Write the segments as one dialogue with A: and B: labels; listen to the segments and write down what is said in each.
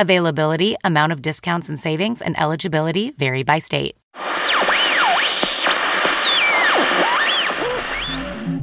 A: Availability, amount of discounts and savings, and eligibility vary by state.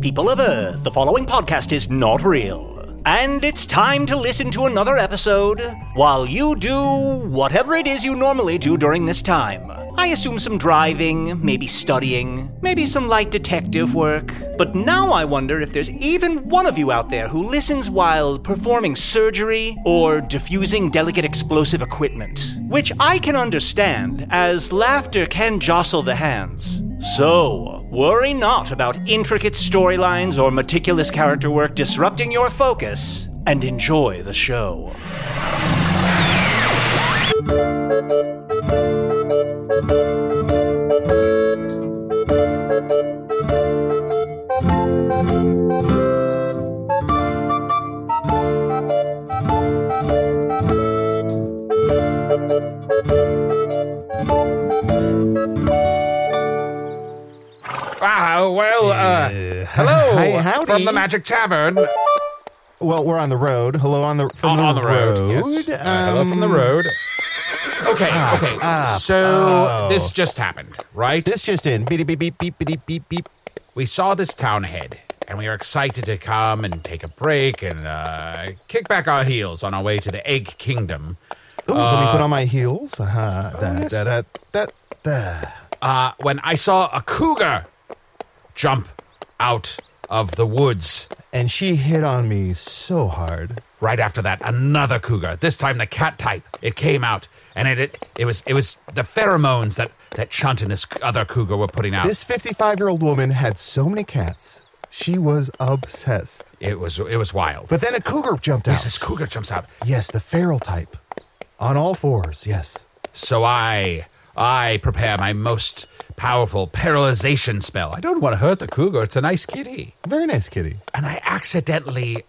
B: People of Earth, the following podcast is not real. And it's time to listen to another episode while you do whatever it is you normally do during this time. I assume some driving, maybe studying, maybe some light detective work. But now I wonder if there's even one of you out there who listens while performing surgery or diffusing delicate explosive equipment, which I can understand as laughter can jostle the hands. So, worry not about intricate storylines or meticulous character work disrupting your focus, and enjoy the show.
C: Ah, well, uh, hello
D: Hi, howdy.
C: from the Magic Tavern.
D: Well, we're on the road. Hello on the from um,
C: On-
D: the
C: on the road, yes. Uh, hello from the road. Okay, okay. so this just happened, right?
D: This just in. Beep beep beep beep beep beep beep.
C: we saw this town ahead, and we were excited to come and take a break and uh, kick back our heels on our way to the Egg Kingdom.
D: Ooh, let me
C: Uh,
D: put on my heels. Uh-huh.
C: oh,
D: Da, da, da, da, da.
C: uh, when I saw a cougar jump out of the woods.
D: And she hit on me so hard.
C: Right after that, another cougar. This time, the cat type. It came out, and it it, it was it was the pheromones that that Chunt and this other cougar were putting out.
D: This 55 year old woman had so many cats. She was obsessed.
C: it was it was wild.
D: But then a cougar jumped
C: Yes,
D: out.
C: this cougar jumps out.
D: Yes, the feral type. On all fours, yes.
C: So I I prepare my most powerful paralyzation spell. I don't want to hurt the cougar. It's a nice kitty.
D: Very nice kitty.
C: And I accidentally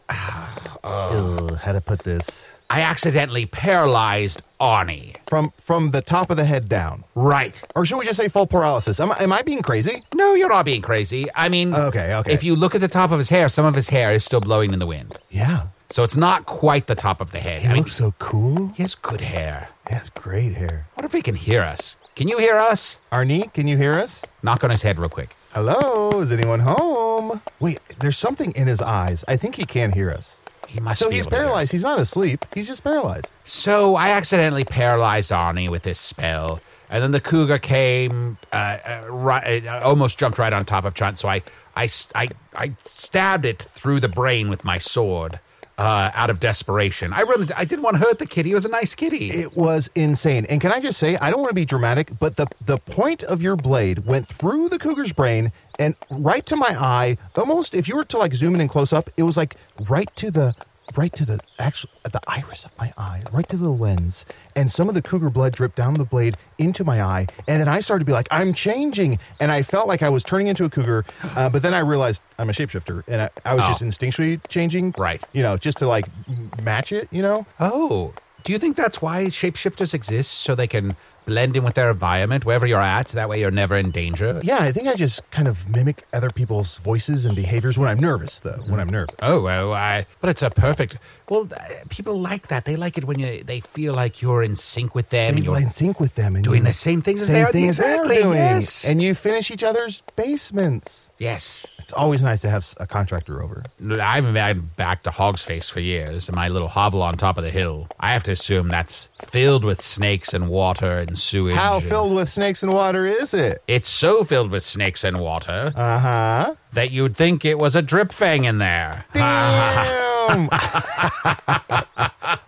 D: Ugh, how to put this?
C: I accidentally paralyzed Arnie.
D: From from the top of the head down.
C: Right.
D: Or should we just say full paralysis? Am, I- am I being crazy?
C: No, you're not being crazy. I mean,
D: Okay, okay.
C: If you look at the top of his hair, some of his hair is still blowing in the wind,
D: Yeah.
C: so it's not quite the top of the head.
D: He
C: I mean,
D: looks so cool.
C: he has good hair.
D: He has great hair.
C: What if he can hear us? Can you hear us?
D: Arnie, can you hear us?
C: Knock on his head real quick.
D: Hello, is anyone home? Wait, there's something in his eyes. I think he can't hear us.
C: He must.
D: So
C: be
D: he's
C: able to hear
D: paralyzed.
C: us.
D: He's not asleep. He's just paralyzed.
C: So I accidentally paralyzed Arnie with this spell, and then the cougar came, uh, uh, right, uh, almost jumped right on top of Chunt. So I, I, s- I- I stabbed it through the brain with my sword. Uh, out of desperation, I really, I didn't want to hurt the kitty. It was a nice kitty.
D: It was insane. And can I just say, I don't want to be dramatic, but the, the point of your blade went through the cougar's brain and right to my eye. Almost, if you were to like zoom in and close up, it was like right to the right to the actual at the iris of my eye, right to the lens. And some of the cougar blood dripped down the blade into my eye, and then I started to be like, "I'm changing," and I felt like I was turning into a cougar. Uh, but then I realized I'm a shapeshifter, and I, I was
C: Oh.
D: just instinctually changing,
C: Right.
D: You know, just to like m- match it, you know.
C: Oh, Do you think that's why shapeshifters exist? So they can blend in with their environment wherever you're at? That way you're never in danger?
D: Yeah, I think I just kind of mimic other people's voices and behaviors when I'm nervous, though. When I'm nervous.
C: Oh, well, I. But it's a perfect. Well, th- people like that. They like it when you, they feel like you're in sync with them.
D: And
C: and
D: you're
C: you're
D: in sync with them and
C: doing
D: you're
C: the same things as
D: same
C: they are-
D: things they're
C: exactly,
D: doing.
C: yes.
D: And you finish each other's basements.
C: Yes.
D: It's always nice to have s- a contractor over.
C: I've been back- back to Hog's Face for years, and my little hovel on top of the hill. I have to assume that's filled with snakes and water and sewage.
D: How
C: and-
D: filled with snakes and water is it?
C: It's so filled with snakes and water
D: Uh huh.
C: that you'd think it was a drip fang in there.
D: Damn.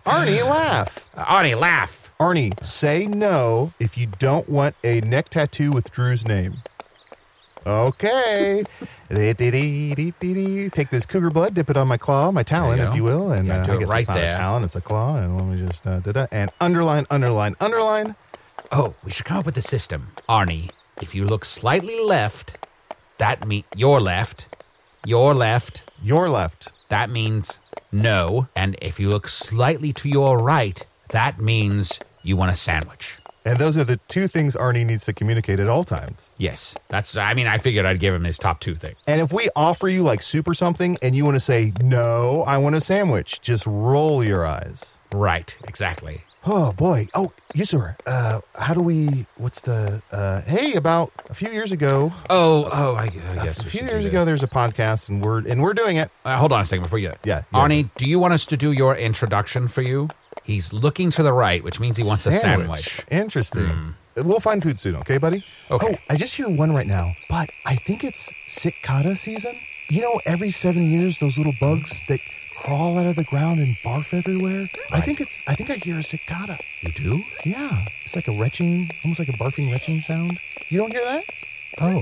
D: Arnie, laugh.
C: Arnie, laugh.
D: Arnie, say no if you don't want a neck tattoo with Drew's name. Okay. Dee-dee-dee-dee-dee-dee. Take this cougar blood, dip it on my claw, my talon,
C: There you
D: if
C: go.
D: you will, and
C: Yeah,
D: uh,
C: do
D: I
C: it
D: guess
C: right
D: it's not
C: there.
D: a talon, it's a claw. And let me just uh, da-da. and underline, underline, underline.
C: Oh, we should come up with a system. Arnie, if you look slightly left, that means your left, your left,
D: Your left.
C: that means no. And if you look slightly to your right, that means you want a sandwich.
D: And those are the two things Arnie needs to communicate at all times.
C: Yes, that's. I mean, I figured I'd give him his top two thing.
D: And if we offer you like soup or something and you want to say, no, I want a sandwich, just roll your eyes.
C: Right, exactly.
D: Oh boy! Oh, Yusur, uh, how do we? What's the? Uh, hey, about a few years ago,
C: Oh, oh, I, I guess
D: a few years ago, there's a podcast, and we're and we're doing it.
C: Uh, hold on a second before you.
D: Yeah, yeah.
C: Arnie, do you want us to do your introduction for you? He's looking to the right, which means he wants a sandwich.
D: Interesting. We'll find food soon, Mm. okay, buddy?
C: Okay.
D: Oh, I just hear one right now, but I think it's cicada season. You know, every seven years, those little bugs that crawl out of the ground and barf everywhere. I think it's. I think I hear a cicada.
C: You do?
D: Yeah, it's like a retching, almost like a barfing retching sound. You don't hear that?
B: Oh.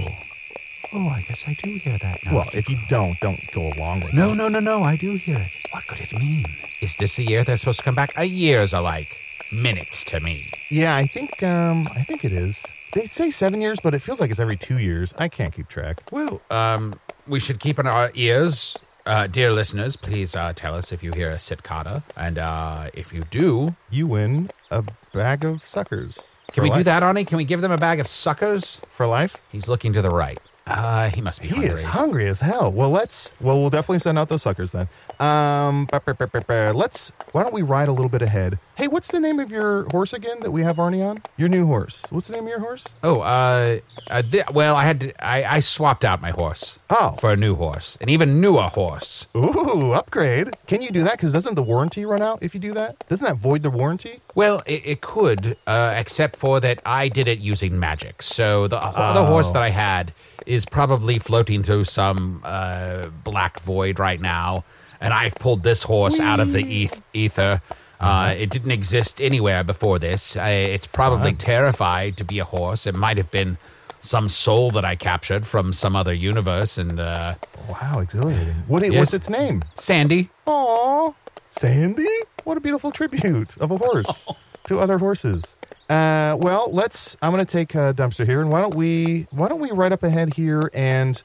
B: Oh, I guess I do hear that now.
D: Well, if you don't, don't go along with it.
B: no, no, no, no, I do hear it. What could it mean?
C: Is this the year they're supposed to come back? A years are like minutes to me.
D: Yeah, I think um I think it is. They say seven years, but it feels like it's every two years. I can't keep track.
C: Well, um, we should keep on our ears. Uh, dear listeners, please uh, tell us if you hear a cicada, and uh, if you do,
D: You win a bag of suckers.
C: can
D: For
C: we do
D: life-
C: that, Arnie? Can we give them a bag of suckers?
D: for life?
C: He's looking to the right. Uh, he must be
D: He
C: hungry.
D: is hungry as hell. Well, let's. Well, we'll definitely send out those suckers then. Um, ba- ba- ba- ba- ba. let's. Why don't we ride a little bit ahead? Hey, what's the name of your horse again that we have Arnie on? Your new horse. What's the name of your horse?
C: Oh, uh, uh th- well, I had to, I, I swapped out my horse.
D: Oh.
C: for a new horse, an even newer horse.
D: Ooh, upgrade. Can you do that? Because doesn't the warranty run out if you do that? Doesn't that void the warranty?
C: Well, it, it could, uh, except for that I did it using magic. So the other horse
D: Oh.
C: that I had is probably floating through some uh, black void right now, and I've pulled this horse out of the eth- ether. Uh,
D: Mm-hmm.
C: it didn't exist anywhere before this. I, it's probably
D: Uh-huh.
C: terrified to be a horse. It might have been some soul that I captured from some other universe, and uh,
D: Wow, exhilarating. What? i-
C: Yes.
D: What's its name?
C: Sandy.
D: Aw, Sandy? What a beautiful tribute of a horse to other horses. Uh, well, let's. I'm going to take a dumpster here, and why don't we? Why don't we right up ahead here? And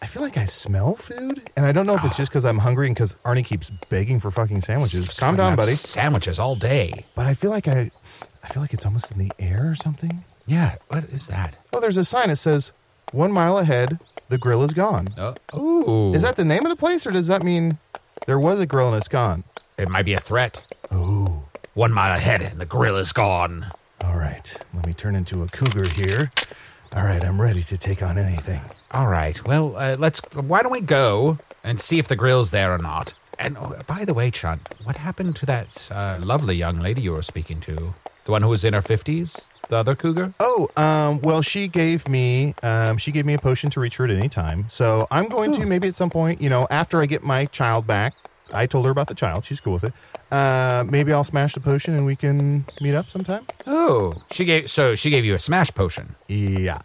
D: I feel like I smell food, and I don't know if it's just because I'm hungry and because Arnie keeps begging for fucking sandwiches. Calm down,
C: About
D: buddy.
C: Sandwiches all day.
D: But I feel like I, I feel like it's almost in the air or something.
C: Yeah, what is that?
D: Oh, there's a sign that says one mile ahead, the grill is gone.
C: Uh, ooh.
D: Oh. Is that the name of the place, or does that mean there was a grill and it's gone?
C: It might be a threat. Ooh. One mile ahead and the grill is gone.
D: All right, let me turn into a cougar here. All right, I'm ready to take on anything.
C: All right. Well, uh, let's. Why don't we go and see if the grill's there or not? And oh, by the way, Chunt, what happened to that uh, lovely young lady you were speaking to? The one who was in her 50s? The other cougar?
D: Oh, um, well, she gave me um, she gave me a potion to reach her at any time. So I'm going to maybe at some point, you know, after I get my child back. I told her about the child. She's cool with it. Uh, maybe I'll smash the potion and we can meet up sometime.
C: Oh. She gave. So she gave you a smash potion.
D: Yeah.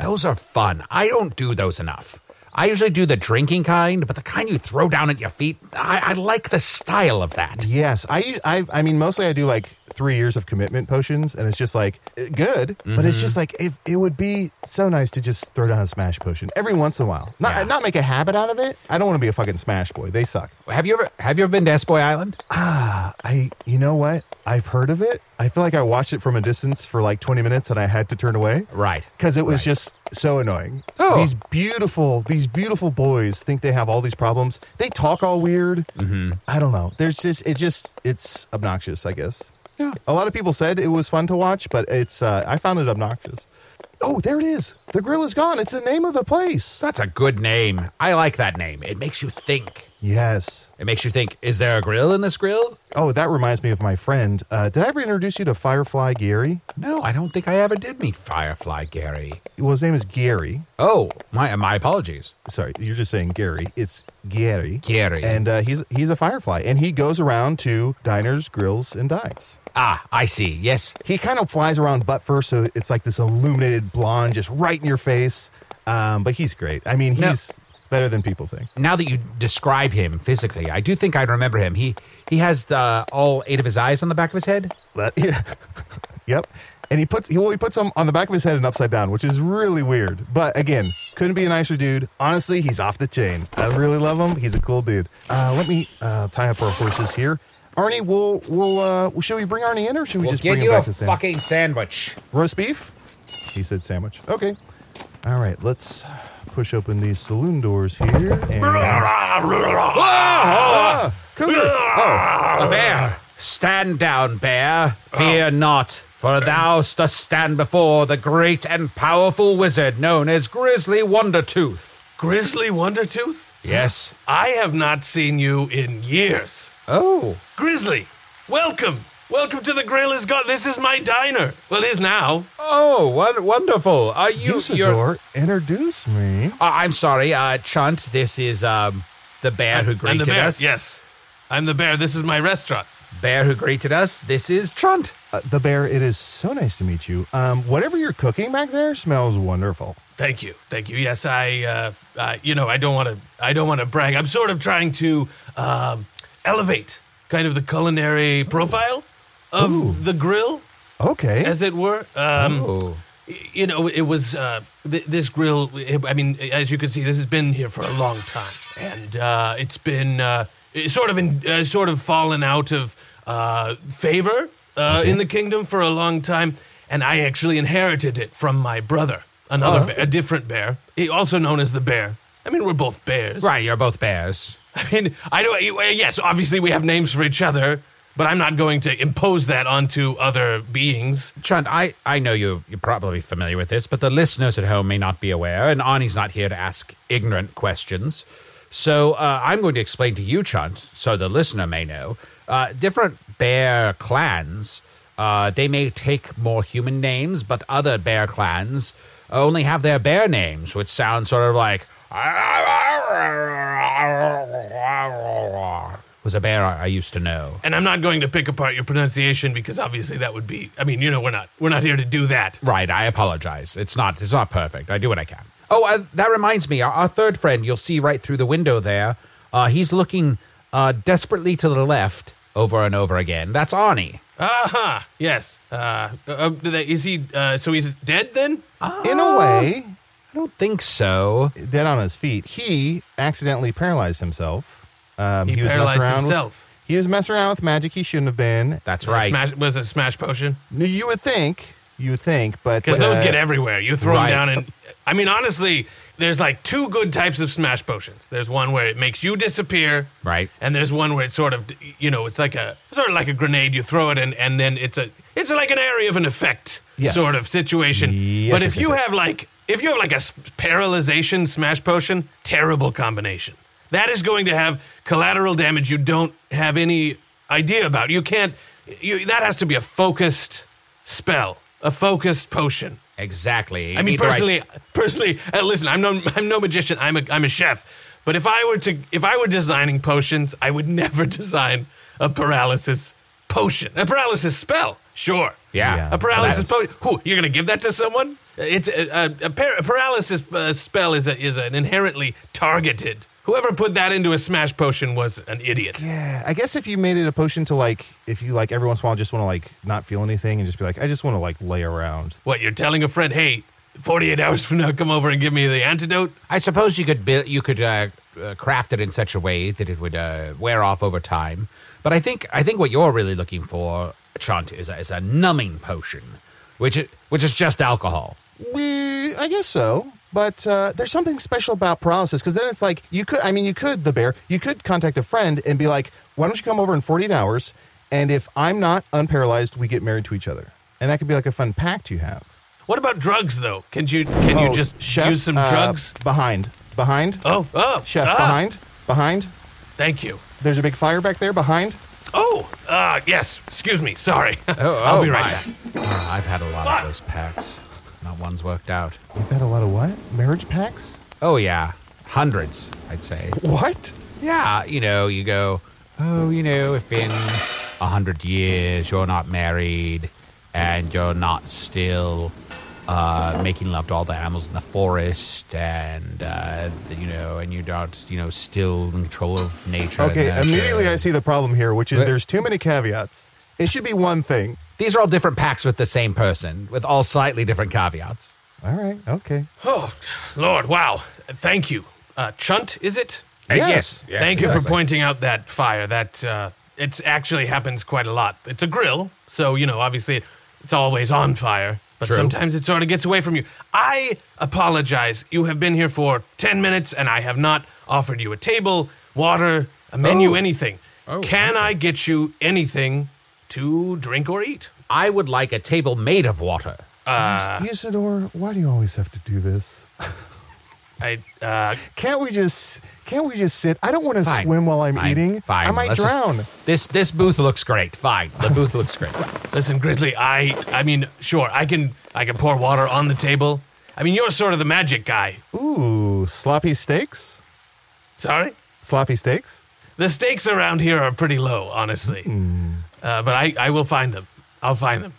C: Those are fun. I don't do those enough. I usually do the drinking kind, but the kind you throw down at your feet, I, I like the style of that.
D: yes. I, I I mean mostly I do like three years of commitment potions, and it's just like eh, good, but it's just like it, it would be so nice to just throw down a smash potion every once in a while. Not not make a habit out of it. I don't want to be a fucking smash boy. They suck.
C: Have you ever have you ever been to Espoy Island?
D: I you know what? I've heard of it. I feel like I watched it from a distance for like twenty minutes, and I had to turn away.
C: Right.
D: because it was just so annoying.
C: Oh.
D: These beautiful, these beautiful boys think they have all these problems. They talk all weird. Mm-hmm. I don't know. There's just it just it's obnoxious. I guess.
C: Yeah.
D: A lot of people said it was fun to watch, but it's uh, I found it obnoxious. Oh, there it is. The grill is gone. It's the name of the place.
C: That's a good name. I like that name. It makes you think.
D: Yes.
C: It makes you think, is there a grill in this grill?
D: Oh, that reminds me of my friend. Uh, did I ever introduce you to Firefly Gary?
C: No, I don't think I ever did meet Firefly Gary.
D: Well, his name is Gary.
C: Oh, my my apologies.
D: sorry, you're just saying Gary. It's Gary.
C: Gary.
D: And uh, he's he's a firefly, and he goes around to diners, grills, and dives.
C: Ah, I see. Yes.
D: He kind of flies around butt first, so it's like this illuminated blonde just right in your face. Um, but he's great. I mean,
C: No.
D: he's better than people think.
C: Now that you describe him physically, I do think I remember him. He he has the all eight of his eyes on the back of his head.
D: But yeah, yep. And he puts he, well, he puts them on the back of his head and upside down, which is really weird. But again, couldn't be a nicer dude. Honestly, he's off the chain. I really love him. He's a cool dude. Uh, let me uh, tie up our horses here. Arnie, we'll we'll uh, well, should we bring Arnie in or should we
C: We'll
D: just
C: get
D: bring
C: you a
D: him back to Sam?
C: fucking sandwich.
D: roast beef? He said sandwich. Okay. All right, let's push open these saloon doors here. And, Ah, cougar. Oh,
C: A bear, stand down, bear. Fear not, for thou dost stand before the great and powerful wizard known as Grizzly Wondertooth.
E: Grizzly Wondertooth?
C: Yes.
E: I have not seen you in years.
C: Oh.
E: Grizzly, welcome. Welcome to the Grill is Gone. This is my diner. Well, it is now.
C: Oh, won- wonderful. Are you? you're-
D: Usador, introduce me.
C: Uh, I'm sorry, uh, Chunt. This is um, the bear who
E: I'm
C: greeted
E: the bear.
C: us.
E: Yes. I'm the bear. This is my restaurant.
C: Bear who greeted us. This is Chunt.
D: Uh, the bear, it is so nice to meet you. Um, whatever you're cooking back there smells wonderful.
E: Thank you. Thank you. Yes, I uh, I you know, I don't want to I don't want to brag. I'm sort of trying to um, elevate kind of the culinary profile of the grill,
D: Okay.
E: as it were. Um
C: Oh.
E: you know, it was uh, th- this grill. It, I mean, as you can see, this has been here for a long time, and uh, it's been uh, it's sort of in, uh, sort of fallen out of uh, favor uh, in the kingdom for a long time. And I actually inherited it from my brother, another
C: Uh-huh.
E: bear, a different bear, he- also known as the bear. I mean, we're both bears,
C: Right, you're both bears.
E: I mean, I don't. uh, Yes, obviously we have names for each other, but I'm not going to impose that onto other beings.
C: Chunt, I, I know you, you're probably familiar with this, but the listeners at home may not be aware, and Arnie's not here to ask ignorant questions. So uh, I'm going to explain to you, Chunt, so the listener may know. Uh, different bear clans, uh, they may take more human names, but other bear clans only have their bear names, which sound sort of like. Was a bear I I used to know.
E: and I'm not going to pick apart your pronunciation because obviously that would be. I mean, you know, we're not we're not here to do that.
C: Right, I apologize. It's not it's not perfect. I do what I can. Oh, uh, that reminds me. Our, our third friend, you'll see right through the window there. Uh, he's looking uh, desperately to the left over and over again. That's Arnie.
E: Aha! Yes. Uh, uh, did I- is he? Uh, so he's dead then?
D: In
E: Oh.
D: a way,
C: I don't think so.
D: dead on his feet, he accidentally paralyzed himself. Um,
E: He
D: was messing
E: paralyzed
D: around with-
E: himself.
D: he was messing around with magic he shouldn't have been.
C: That's right.
E: Smash, was it smash potion?
D: No, You would think, you would think, but
E: Because those
D: uh,
E: get everywhere. You throw
C: right.
E: them down, and I mean, honestly, there's like two good types of smash potions. There's one where it makes you disappear,
C: Right.
E: And there's one where it's sort of, you know, it's like a sort of like a grenade. You throw it, and and then it's a it's like an area of an effect
D: Yes.
E: sort of situation.
D: Yes,
E: but
D: yes,
E: if
D: yes,
E: you
D: yes.
E: have like if you have like a s- paralyzation smash potion, terrible combination. That is going to have collateral damage you don't have any idea about. You can't. You, that has to be a focused spell, a focused potion.
C: Exactly.
E: I mean,
C: Either
E: personally, personally, uh, listen, I'm no, I'm no magician. I'm a, I'm a chef. But if I were to, if I were designing potions, I would never design a paralysis potion, a paralysis spell. Sure,
C: Yeah. Yeah.
E: a paralysis
D: That's-
E: potion. Who you're gonna give that to someone? uh, It's a, a, a par- a paralysis uh, spell is a, is an inherently targeted. Whoever put that into a smash potion was an idiot.
D: Yeah, I guess if you made it a potion to like, if you like every once in a while just want to like not feel anything and just be like, I just want to like lay around.
E: What, you're telling a friend, hey, 48 hours from now, come over and give me the antidote?
C: I suppose you could build, you could uh, uh, craft it in such a way that it would uh, wear off over time. But I think I think what you're really looking for, Chant, is a, is a numbing potion, which is, which is just alcohol.
D: We, I guess so. But uh, there's something special about paralysis because then it's like you could. I mean, you could the bear. You could contact a friend and be like, "Why don't you come over in 48 hours? And if I'm not unparalyzed, we get married to each other." And that could be like a fun pact you have.
E: What about drugs, though? Can you can you
D: Oh,
E: just
D: chef,
E: use some
D: uh,
E: drugs?
D: behind, behind,
E: Oh, oh,
D: chef,
E: ah,
D: behind, behind.
E: Thank you.
D: There's a big fire back there behind.
E: Oh, uh, yes. Excuse me. Sorry. I'll
C: oh,
E: be right
C: my.
E: back.
C: Uh, I've had a lot
E: Fuck.
C: of those packs. Not one's worked out.
D: You've had a lot of what? Marriage packs?
C: Oh yeah, hundreds, I'd say.
D: What?
C: Yeah, you know, you go, oh, you know, if in a hundred years you're not married and you're not still uh, making love to all the animals in the forest, and uh, you know, and you don't, you know, still in control of nature. and
D: Okay,
C: nurture.
D: immediately I see the problem here, which is
C: Wait.
D: there's too many caveats. It should be one thing.
C: These are all different packs with the same person, with all slightly different caveats.
D: All right, okay.
E: Oh, Lord, wow. Thank you. Uh, Chunt, is it?
C: Uh,
D: Yes.
C: yes,
E: Thank you for
C: exactly.
E: pointing out that fire. That uh, it actually happens quite a lot. It's a grill, so you know, obviously, it's always on fire. But
C: True.
E: sometimes it sort of gets away from you. I apologize. You have been here for ten minutes, and I have not offered you a table, water, a
C: Oh.
E: menu, anything. Can I get you anything to drink or eat?
C: I would like a table made of water. Uh,
D: Usador, why do you always have to do this?
E: I uh,
D: Can't we just can't we just sit? I don't want to
C: Fine.
D: swim while I'm
C: Fine.
D: eating.
C: Fine.
D: I might
C: Let's just-
D: drown.
C: this this booth looks great. Fine. The booth looks great.
E: Listen, Grizzly, I I mean, sure, I can I can pour water on the table. I mean, you're sort of the magic guy.
D: Ooh, sloppy steaks?
E: Sorry?
D: Sloppy steaks?
C: Oh,
E: The stakes around here are pretty low, honestly.
C: Hmm.
E: Uh, but I, I will find them. I'll find them.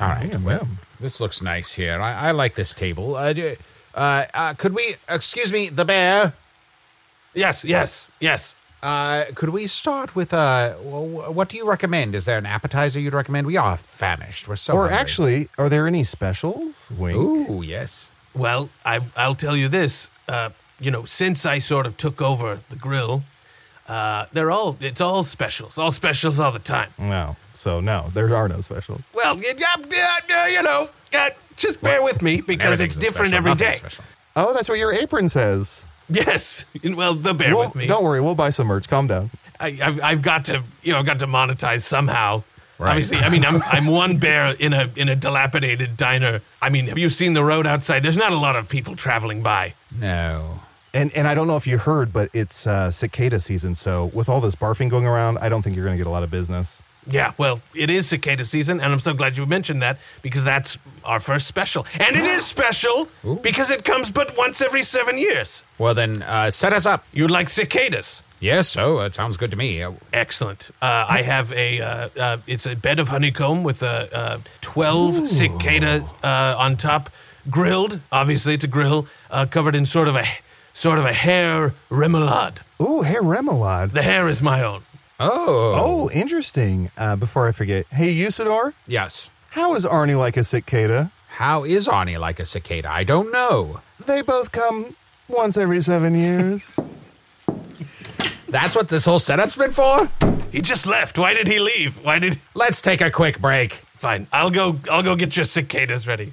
C: All right.
D: Damn,
C: well,
D: damn.
C: this looks nice here. I, I like this table. Uh, do, uh, uh, could we, excuse me, the bear?
E: Yes, yes, yes.
C: Uh, could we start with uh, wh- what do you recommend? Is there an appetizer you'd recommend? We are famished. We're so.
D: Or
C: hungry.
D: actually, are there any specials? Wink.
C: ooh, yes.
E: Well, I, I'll tell you this. Uh, you know, since I sort of took over the grill, uh, they're all, it's all specials, all specials all the time.
D: No. So no, there are no specials.
E: Well, you, uh, you know, uh, just bear with me because it's
C: Everything's a
E: different
C: special.
E: every
C: Nothing's
E: day.
C: special.
D: Oh, that's what your apron says.
E: Yes. Well, the bear
D: Well,
E: with me.
D: Don't worry, we'll buy some merch. Calm down.
E: I, I've, I've got to, you know, I've got to monetize somehow.
C: Right.
E: Obviously, I mean, I'm, I'm one bear in a in a dilapidated diner. I mean, have you seen the road outside? There's not a lot of people traveling by.
C: No.
D: And and I don't know if you heard, but it's uh, cicada season. So with all this barfing going around, I don't think you're going to get a lot of business.
E: Yeah, well, it is cicada season, and I'm so glad you mentioned that because that's our first special, and it is special because it comes but once every seven years.
C: Well then, uh, set us up.
E: You like cicadas?
C: Yes. Oh, it sounds good to me. Uh,
E: Excellent. Uh, I have a uh, uh, it's a bed of honeycomb with a uh, twelve cicada uh, on top, grilled. Obviously, it's a grill uh, covered in sort of a sort of a hair remoulade.
D: Ooh, hey Remoulade.
E: The hair is my own.
C: oh.
D: Oh, interesting. Uh, before I forget, hey Usador,
C: Yes.
D: how is Arnie like a cicada?
C: How is Arnie like a cicada? I don't know.
D: They both come once every seven years.
C: That's what this whole setup's been for.
E: He just left. Why did he leave? Why did?
C: Let's take a quick break.
E: Fine. I'll go. I'll go get your cicadas ready.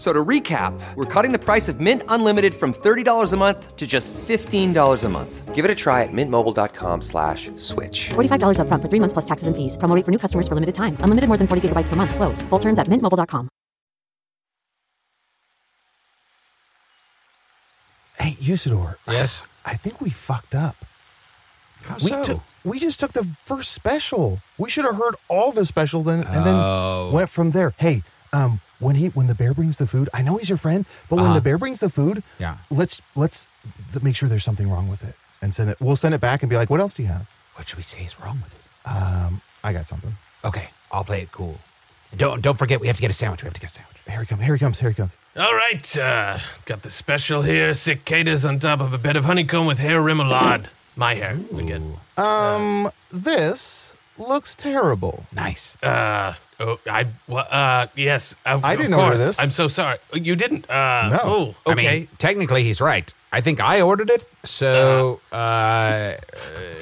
F: So to recap, we're cutting the price of Mint Unlimited from $30 a month to just $15 a month. Give it a try at mintmobile.com slash switch.
G: $45 upfront for three months plus taxes and fees. Promoting for new customers for limited time. Unlimited more than 40 gigabytes per month. Slows. Full terms at mintmobile.com.
D: Hey, Usador.
C: Yes?
D: I think we fucked up.
C: How
D: we
C: so?
D: took- we just took the first special. We should have heard all the special then and
C: Oh.
D: then went from there. Hey, um, when he when the bear brings the food, I know he's your friend, but when the bear brings the food,
C: Uh-huh. Yeah.
D: let's let's th- make sure there's something wrong with it and send it. We'll send it back and be like, what else do you have?
C: What should we say is wrong with it?
D: Um, I got something.
C: Okay, I'll play it cool. Don't don't forget we have to get a sandwich. We have to get a sandwich.
D: Here he comes. Here he comes. Here he comes.
E: All right, uh, got the special here. Cicadas on top of a bed of honeycomb with hair remoulade. My hair again.
D: Um, this looks terrible.
C: Nice.
E: Uh, oh, I well, uh, yes. Of,
D: I
E: of
D: didn't order
E: course.
D: this.
E: I'm so sorry. Oh, You didn't. Uh,
D: No.
E: Oh,
C: I
E: okay.
C: mean, technically he's right. I think I ordered it. So uh,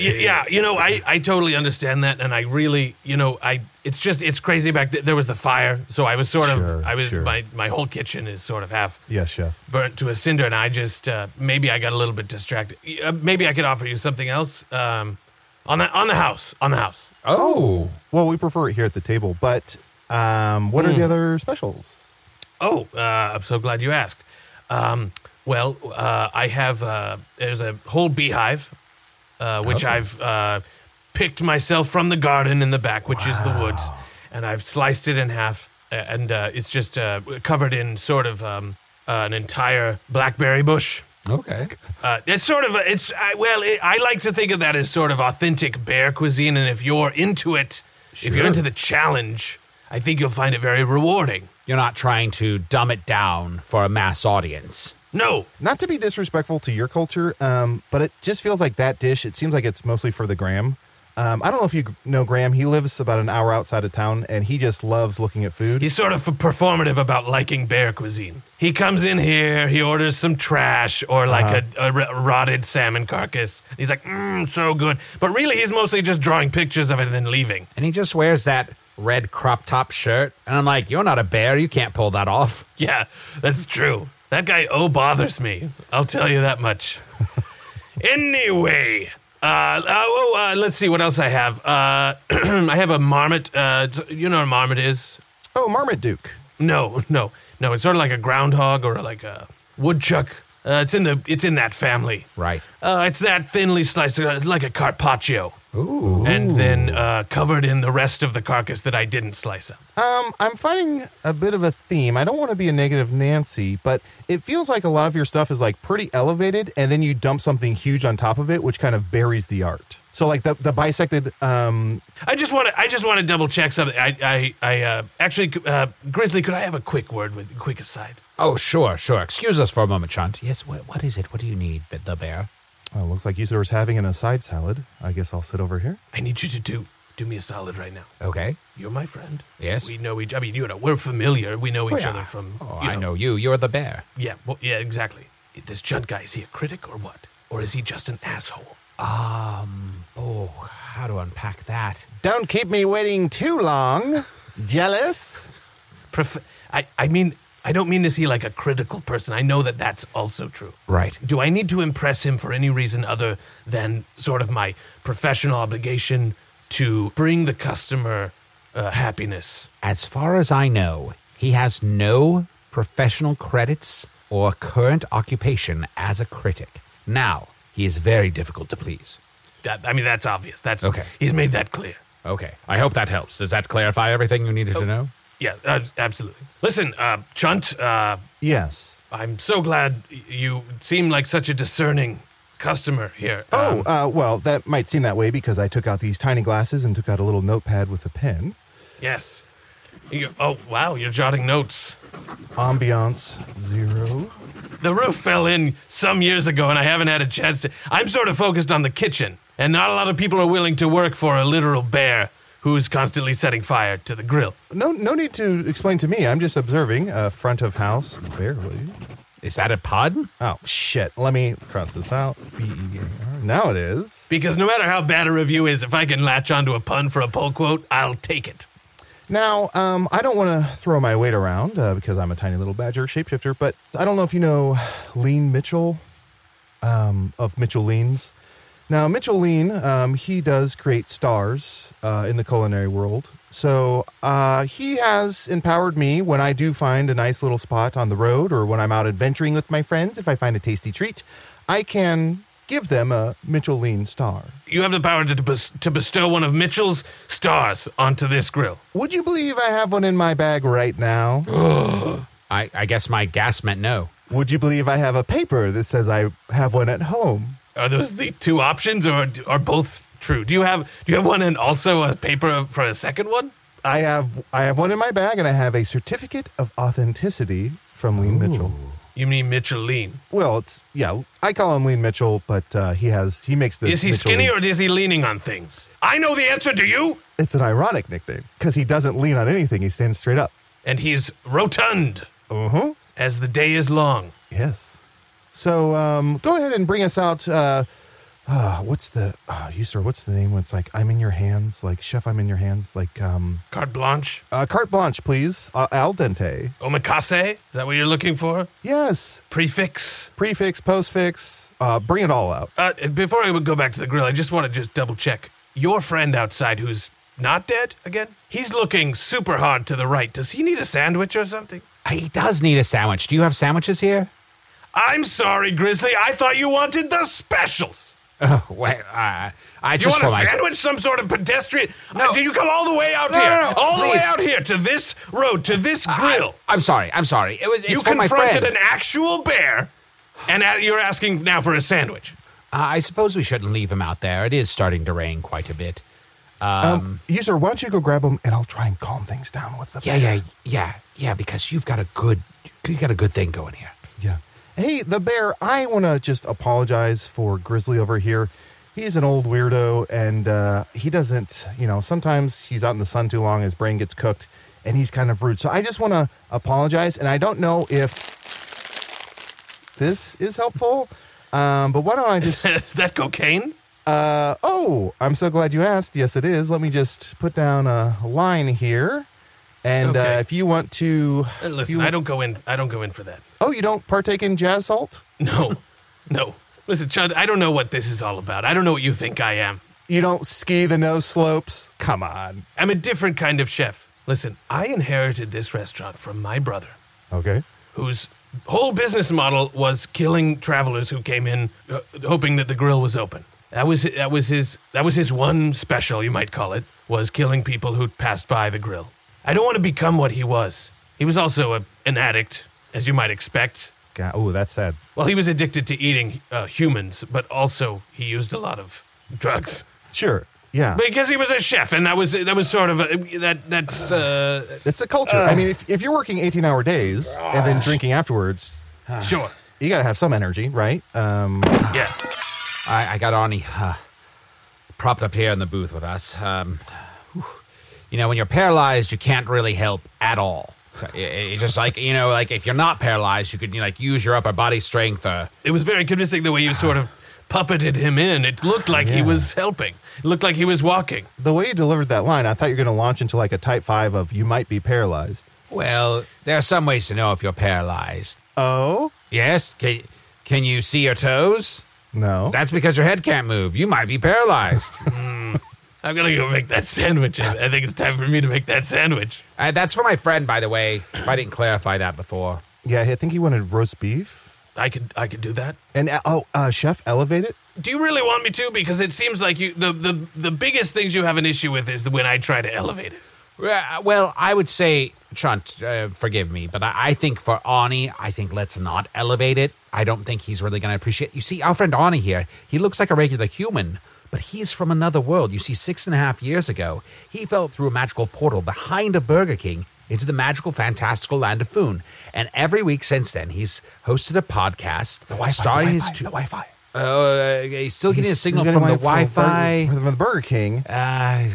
E: Y- yeah, you know, I, I totally understand that, and I really, you know, I it's just it's crazy. Back th- there was the fire, so I was sort
D: Sure,
E: of I was
D: sure.
E: my my whole kitchen is sort of half
D: Yes, chef.
E: burnt to a cinder, and I just uh, maybe I got a little bit distracted. Y- Uh, maybe I could offer you something else um, on the on the house on the house.
C: oh,
D: Well, we prefer it here at the table, but um, what are the other specials?
E: Oh, uh, I'm so glad you asked. Um, well, uh, I have uh, there's a whole beehive, uh, which I've uh, picked myself from the garden in the back, which is the woods, and I've sliced it in half, a- and uh, it's just uh, covered in sort of um, uh, an entire blackberry bush.
C: okay.
E: Uh, it's sort of a, it's I, well, it, I like to think of that as sort of authentic bear cuisine, and if you're into it, if you're into the challenge, I think you'll find it very rewarding.
C: You're not trying to dumb it down for a mass audience.
E: No,
D: Not to be disrespectful to your culture, um, but it just feels like that dish. It seems like it's mostly for the Graham. Um, I don't know if you g- know Graham. He lives about an hour outside of town, and he just loves looking at food.
E: He's sort of performative about liking bear cuisine. He comes in here, he orders some trash or like a, a r- rotted salmon carcass. He's like, mmm, so good. But really, he's mostly just drawing pictures of it and then leaving.
C: And he just wears that red crop top shirt. And I'm like, you're not a bear. You can't pull that off.
E: Yeah, that's true. That guy oh bothers me. I'll tell you that much. anyway, uh, uh, oh, uh, let's see what else I have. Uh, I have a marmot. Uh, t- you know what a marmot is?
D: oh, Marmaduke.
E: No, no, no. It's sort of like a groundhog or like a woodchuck. Uh, it's in the it's in that family.
C: Right.
E: Uh, it's that thinly sliced, uh, like a carpaccio. Ooh. And then uh, covered in the rest of the carcass that I didn't slice up.
D: Um, I'm finding a bit of a theme. I don't want to be a negative Nancy, but it feels like a lot of your stuff is like pretty elevated, and then you dump something huge on top of it, which kind of buries the art. So like the the bisected. Um,
E: I just want to I just want to double check something. I I, I uh, actually uh, Grizzly, could I have a quick word with quick aside?
C: Oh, sure, sure. Excuse us for a moment, Chant. Yes, what, what is it? What do you need, b- the bear?
D: oh, looks like Usador's having an aside salad. I guess I'll sit over here.
E: I need you to do do me a solid right now.
C: Okay.
E: You're my friend.
C: Yes.
E: We know each. I mean, you know, we're familiar. We know each
C: yeah.
E: other from.
C: Oh,
E: you
C: I know you. You're the bear.
E: Yeah. Well, yeah. Exactly. This Judd guy is he a critic or what? Or is he just an asshole?
C: Oh, how to unpack that?
D: Don't keep me waiting too long. Jealous?
E: Pref- I I mean I don't mean is he like a critical person. I know that that's also true.
C: Right.
E: Do I need to impress him for any reason other than sort of my professional obligation to bring the customer uh, happiness?
C: As far as I know, he has no professional credits or current occupation as a critic. Now, he is very difficult to please.
E: That I mean that's obvious. That's
C: Okay.
E: He's made that clear.
C: Okay. I hope that helps. Does that clarify everything you
E: Oh.
C: needed to know?
E: Yeah, uh, absolutely. Listen, uh, Chunt, uh,
D: Yes.
E: I'm so glad y- you seem like such a discerning customer here.
D: Oh,
E: Um,
D: uh, well, that might seem that way because I took out these tiny glasses and took out a little notepad with a pen.
E: yes. You- oh, wow, you're jotting notes.
D: Ambiance zero.
E: The roof fell in some years ago, and I haven't had a chance to. I'm sort of focused on the kitchen, and not a lot of people are willing to work for a literal bear who's constantly setting fire to the grill.
D: No, no need to explain to me. I'm just observing. Uh, front of house, barely.
C: Is that a pun?
D: Oh shit! Let me cross this out. B e a r. Now it is.
E: Because no matter how bad a review is, if I can latch onto a pun for a poll quote, I'll take it.
D: Now, um, I don't want to throw my weight around uh, because I'm a tiny little badger shapeshifter, but I don't know if you know Lean Mitchell um, of Mitchell Leans. Now, Mitchell Lean, um, he does create stars uh, in the culinary world. So uh, he has empowered me when I do find a nice little spot on the road or when I'm out adventuring with my friends. If I find a tasty treat, I can give them a Mitchell Lean star.
E: You have the power to, bes- to bestow one of Mitchell's stars onto this grill.
D: Would you believe I have one in my bag right now?
C: I, I guess my gas meant no.
D: Would you believe I have a paper that says I have one at home?
E: Are those the two options, or d- are both true? Do you have do you have one and also a paper for a second one?
D: I have I have one in my bag, and I have a certificate of authenticity from Lean Mitchell.
E: You mean Mitchelline?
D: Well, it's yeah, I call him Lean Mitchell, but uh, he has he makes the
E: Is he
D: Mitchell
E: skinny
D: leans-
E: or is he leaning on things? I know the answer. Do you?
D: It's an ironic nickname because he doesn't lean on anything; he stands straight up.
E: And he's rotund
D: Uh huh.
E: as the day is long.
D: Yes. So um, go ahead and bring us out. Uh, uh, what's the uh, you sir? What's the name? When it's like I'm in your hands, like chef, I'm in your hands, like um,
E: Carte blanche,
D: uh, carte blanche, please, uh, al dente.
E: omakase. Is that what you're looking for?
D: Yes.
E: Prefix.
D: Prefix, postfix, uh, bring it all out.
E: Uh, before I would go back to the grill, I just want to just double check. Your friend outside who's not dead again? He's looking super hard to the right. Does he need a sandwich or something?
C: Uh, He does need a sandwich. Do you have sandwiches here?
E: I'm sorry, Grizzly. I thought you wanted the specials.
C: Oh, wait. Uh, I
E: Do you
C: just
E: want a
C: for my-
E: sandwich? Some sort of pedestrian?
C: No.
E: Uh, do you come all the way out
C: No,
E: here?
C: no, no,
E: all the way
C: please.
E: out here to this road, to this
C: I-
E: grill.
C: I'm sorry. I'm sorry. It was. It's
E: you
C: for my
E: confronted an
C: friend.
E: actual bear, and a- you're asking now for a sandwich.
C: Uh, I suppose we shouldn't leave him out there. It is starting to rain quite a bit.
D: Um, you sir, why don't you go grab them and I'll try and calm things down with the
C: Yeah,
D: bear.
C: yeah, yeah, yeah. Because you've got a good, you got a good thing going here.
D: yeah. Hey, the bear, I want to just apologize for Grizzly over here. He's an old weirdo and uh, he doesn't, you know, sometimes he's out in the sun too long, his brain gets cooked, and he's kind of rude. So I just want to apologize and I don't know if this is helpful. Um, but why don't I just
E: is that cocaine?
D: Uh, oh, I'm so glad you asked. Yes, it is. Let me just put down a line here. And
E: Okay.
D: uh, if you want to.
E: Uh,
D: if
E: Listen,
D: you,
E: I don't go in. I don't go in for that.
D: Oh, you don't partake in jazz salt?
E: No, no. Listen, Chud, I don't know what this is all about. I don't know what you think I am.
D: You don't ski the nose slopes? Come on.
E: I'm a different kind of chef. Listen, I inherited this restaurant from my brother.
D: Okay.
E: whose whole business model was killing travelers who came in uh, hoping that the grill was open. That was that was his that was his one special, you might call it, was killing people who passed by the grill. I don't want to become what he was. He was also a, an addict, as you might expect.
D: God, oh, that's sad.
E: Well, he was addicted to eating uh, humans, but also he used a lot of drugs
D: Sure. Yeah.
E: because he was a chef, and that was that was sort of a, that that's uh,
D: it's the culture. I mean, if, if you're working 18 hour days and then drinking afterwards,
E: sure,
D: you got to have some energy, right? Um,
E: yes.
C: I, I got Arnie uh, propped up here in the booth with us. Um, whew. you know, when you're paralyzed, you can't really help at all. So it, it's just like you know, like if you're not paralyzed, you could you know, like use your upper body strength. uh, Or
E: It was very convincing the way you sort of puppeted him in. It looked like he was helping. It looked like he was walking.
D: the way you delivered that line, I thought you were going to launch into like a type five of you might be paralyzed.
C: well, there are some ways to know if you're paralyzed.
D: Oh?
C: Yes, can can you see your toes?
D: No.
C: That's because your head can't move. You might be paralyzed.
E: I'm gonna go make that sandwich. I I think it's time for me to make that sandwich.
C: Uh, that's for my friend, by the way. If I didn't clarify that before.
D: yeah, I think he wanted roast beef.
E: I could I could do that.
D: And uh, oh, uh, chef, elevate it.
E: Do you really want me to? Because it seems like you the, the the biggest things you have an issue with is when I try to elevate it.
C: Uh, Well, I would say, Chunt, uh, forgive me, but I, I think for Arnie, I think let's not elevate it. I don't think he's really going to appreciate. You see, our friend Arnie here, he looks like a regular human, but he's from another world. You see, six and a half years ago, he fell through a magical portal behind a Burger King into the magical, fantastical land of Foon. And every week since then, he's hosted a podcast the
D: Wi-Fi,
C: starting
D: the
C: his
D: Wi-Fi,
C: two-
D: the Wi-Fi.
C: Uh, he's still getting his
D: He's
C: signal
D: getting
C: from the
D: away from
C: Wi-Fi.
D: Burger- from the Burger King
C: Uh,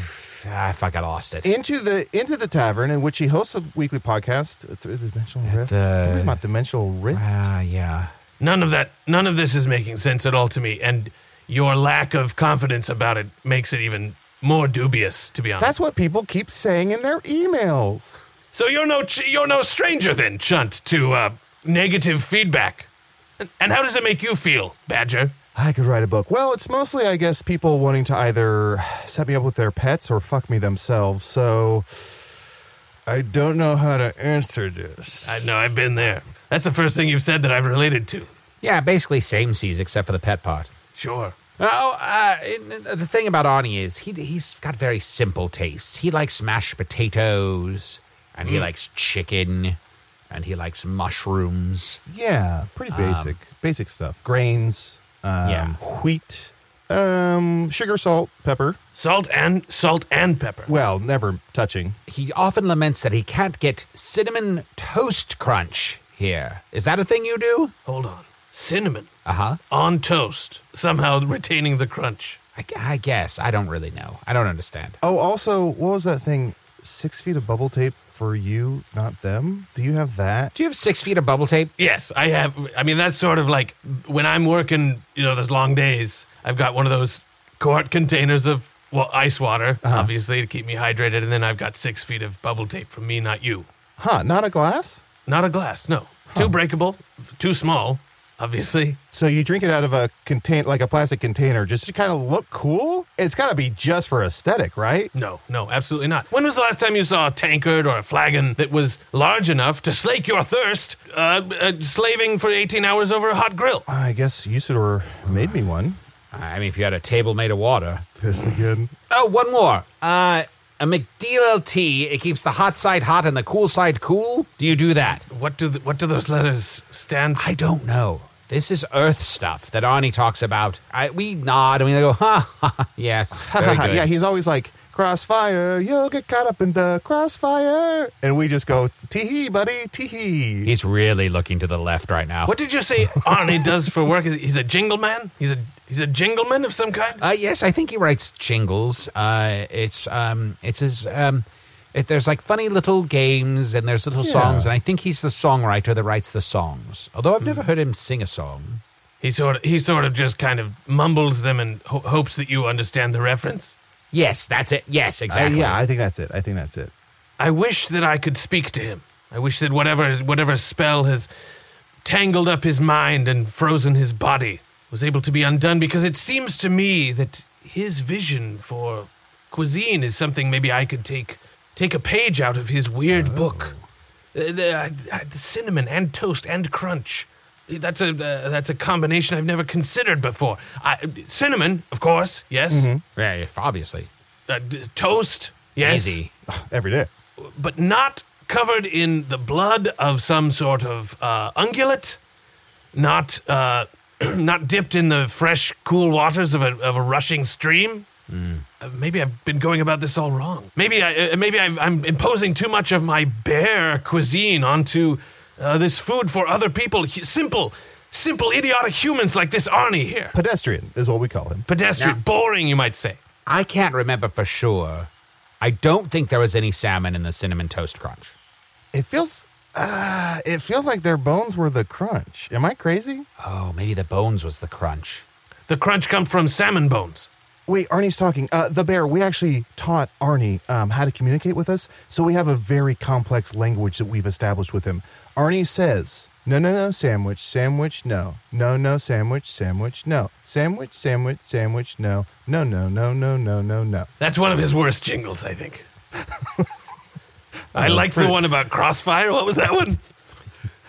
C: ah, fuck, I lost it.
D: into the into the tavern in which he hosts a weekly podcast uh, through the dimensional
C: At
D: rift.
C: the-
D: Something about dimensional rift.
C: Ah, yeah.
E: None of that none of this is making sense at all to me, and your lack of confidence about it makes it even more dubious, to be honest.
D: That's what people keep saying in their emails.
E: So you're no ch- you're no stranger then, Chunt, to uh, negative feedback. And, and how does it make you feel, Badger?
D: I could write a book. Well, it's mostly, I guess, people wanting to either set me up with their pets or fuck me themselves. So I don't know how to answer this.
E: I know I've been there. That's the first thing you've said that I've related to.
C: Yeah, basically same seas except for the pet part.
E: Sure.
C: Oh, uh, it- the thing about Arnie is he he's got very simple taste. He likes mashed potatoes, and he likes chicken, and he likes mushrooms.
D: Yeah, pretty basic, basic stuff. Grains, um,
C: Yeah.
D: wheat, um, sugar, salt, pepper.
E: Salt and salt and pepper.
D: Well, never touching.
C: He often laments that he can't get cinnamon toast crunch here. Is that a thing you do?
E: Hold on. Cinnamon
C: Uh huh.
E: on toast, somehow retaining the crunch.
C: I, I guess I don't really know. I don't understand.
D: Oh, also, what was that thing? Six feet of bubble tape for you, not them. Do you have that?
C: Do you have six feet of bubble tape?
E: Yes, I have. I mean, that's sort of like when I'm working, you know, those long days, I've got one of those quart containers of, well, ice water, obviously, to keep me hydrated. And then I've got six feet of bubble tape from me, not you.
D: Huh? Not a glass.
E: Not a glass, no. Too breakable, f- too small, obviously.
D: So you drink it out of a contain, like a plastic container, just to kind of look cool. It's got to be just for aesthetic, right?
E: No, no, absolutely not. When was the last time you saw a tankard or a flagon that was large enough to slake your thirst, uh, uh, slaving for 18 hours over a hot grill?
D: I guess Usador made me one.
C: I mean, if you had a table made of water.
D: This again.
C: Oh, one more. Uh, a McDLT. It keeps the hot side hot and the cool side cool. Do you do that?
E: What do, th- what do those letters stand for?
C: I don't know. This is Earth stuff that Arnie talks about. I, we nod and we go, ha, ha, ha, yes, very good.
D: yeah, he's always like crossfire. You'll get caught up in the crossfire, and we just go tee hee, buddy, tee hee.
C: he's really looking to the left right now.
E: What did you say Arnie does for work? Is- He's a jingle man? He's a he's a jingle man of some kind?
C: Uh, yes, I think he writes jingles. Uh, it's um, it's his um, it, there's like funny little games and there's little songs, and I think he's the songwriter that writes the songs. Although I've never heard him sing a song.
E: He sort of he sort of just kind of mumbles them and ho- hopes that you understand the reference.
C: Yes, that's it. Yes,
D: Uh,
C: exactly.
D: yeah, I think that's it. I think that's it.
E: I wish that I could speak to him. I wish that whatever whatever spell has tangled up his mind and frozen his body was able to be undone because it seems to me that his vision for cuisine is something maybe I could take take a page out of his weird book. Uh, the, uh, the cinnamon and toast and crunch. That's a uh, that's a combination I've never considered before. I, cinnamon, of course, yes.
C: yeah, obviously.
E: Uh, d- toast, yes
C: Easy.
D: Every day.
E: but not covered in the blood of some sort of uh, ungulate, not uh, not dipped in the fresh, cool waters of a, of a rushing stream. Uh, maybe I've been going about this all wrong. Maybe I uh, maybe I'm, I'm imposing too much of my bear cuisine onto uh, this food for other people. Hu- Simple, simple, idiotic humans like this Arnie here.
D: Pedestrian is what we call him.
E: Pedestrian,
C: Yeah.
E: boring, you might say.
C: I can't remember for sure. I don't think there was any salmon in the cinnamon toast crunch.
D: It feels. Uh, it feels like their bones were the crunch. Am I crazy?
C: Oh, maybe the bones was the crunch.
E: The crunch comes from salmon bones.
D: Wait, Arnie's talking. Uh, the bear. We actually taught Arnie um, how to communicate with us, so we have a very complex language that we've established with him. Arnie says, "No, no, no, sandwich, sandwich, no, no, no, sandwich, sandwich, no, sandwich, sandwich, sandwich, no, no, no, no, no, no, no, no."
E: That's one of his worst jingles, I think. I liked the one about crossfire. What was that one?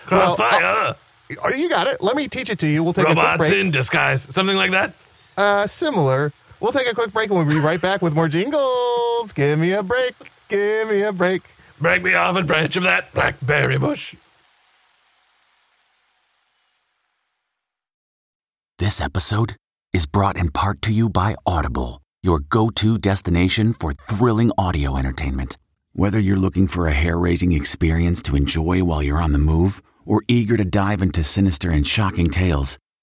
E: Crossfire.
D: Oh, you got it. Let me teach it to you. We'll take a quick
E: robots
D: break.
E: in disguise. Something like that.
D: Uh, similar. We'll take a quick break, and we'll be right back with more jingles. Give me a break. Give me a break.
E: Break me off a branch of that blackberry bush.
H: This episode is brought in part to you by Audible, your go to destination for thrilling audio entertainment. Whether you're looking for a hair raising experience to enjoy while you're on the move or eager to dive into sinister and shocking tales,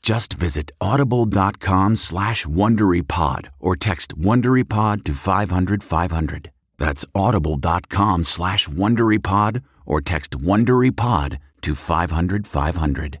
H: Just visit audible.com slash WonderyPod or text WonderyPod to 500, 500. That's audible.com slash WonderyPod or text WonderyPod to 500, 500.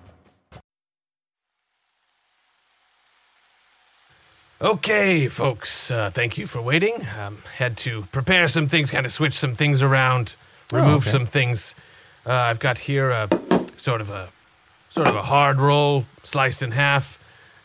E: Okay, folks, uh, thank you for waiting. Um, had to prepare some things, kind of switch some things around, remove
C: Oh, okay.
E: some things. Uh, I've got here a sort of a sort of a hard roll, sliced in half.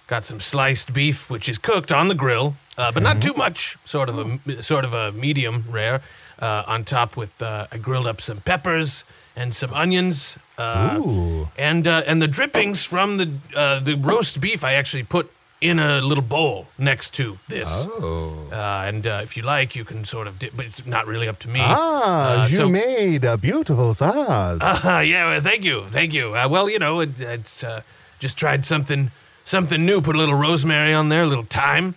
E: Got some sliced beef, which is cooked on the grill, uh, but
C: Mm-hmm.
E: not too much. Sort of a sort of a medium rare. Uh, on top with uh, I grilled up some peppers and some onions. Uh,
C: Ooh.
E: and uh, and the drippings from the uh, the roast beef I actually put in a little bowl next to this.
C: Oh.
E: Uh, and uh, if you like, you can sort of, dip, but it's not really up to me.
D: Ah,
E: Uh,
D: you
E: so-
D: made a beautiful sauce.
E: Ah, yeah, well, thank you, thank you. Uh, well, you know, it, it's uh, just tried something something new. Put a little rosemary on there, a little thyme,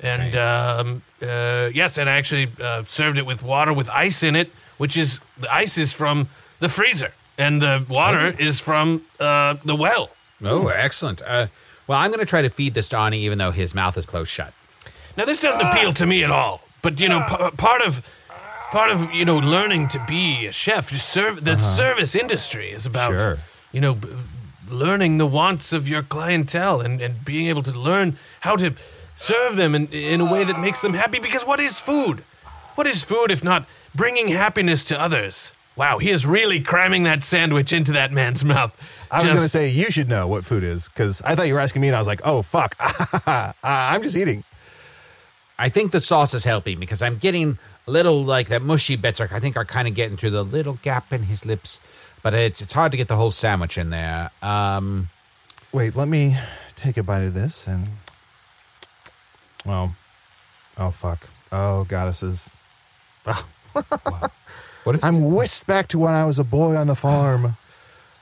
E: and um, uh, yes, and I actually uh, served it with water with ice in it, which is the ice is from the freezer, and the water is from uh, the well.
C: Oh, excellent. Uh, well, I'm going to try to feed this to Arnie, even though his mouth is closed shut.
E: Now, this doesn't appeal to me at all, but you know, p- uh, part of part of you know learning to be a chef, just serve the service industry is about
C: Sure.
E: you know b- learning the wants of your clientele and and being able to learn how to serve them in in a way that makes them happy. Because what is food? What is food if not bringing happiness to others? Wow, he is really cramming that sandwich into that man's mouth.
D: I was going to
E: Just-
D: say you should know what food is because I thought you were asking me, and I was like, "Oh fuck, I- I'm just eating."
C: I think the sauce is helping because I'm getting a little like that mushy bits. Are, I think are kind of getting through the little gap in his lips, but it's it's hard to get the whole sandwich in there. Um,
D: Wait, let me take a bite of this, and well, oh fuck, oh goddesses,
C: what is
D: I'm whisked back to when I was a boy on the farm.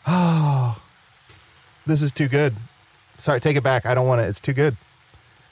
D: Oh, this is too good. Sorry, take it back. I don't want it. It's too good.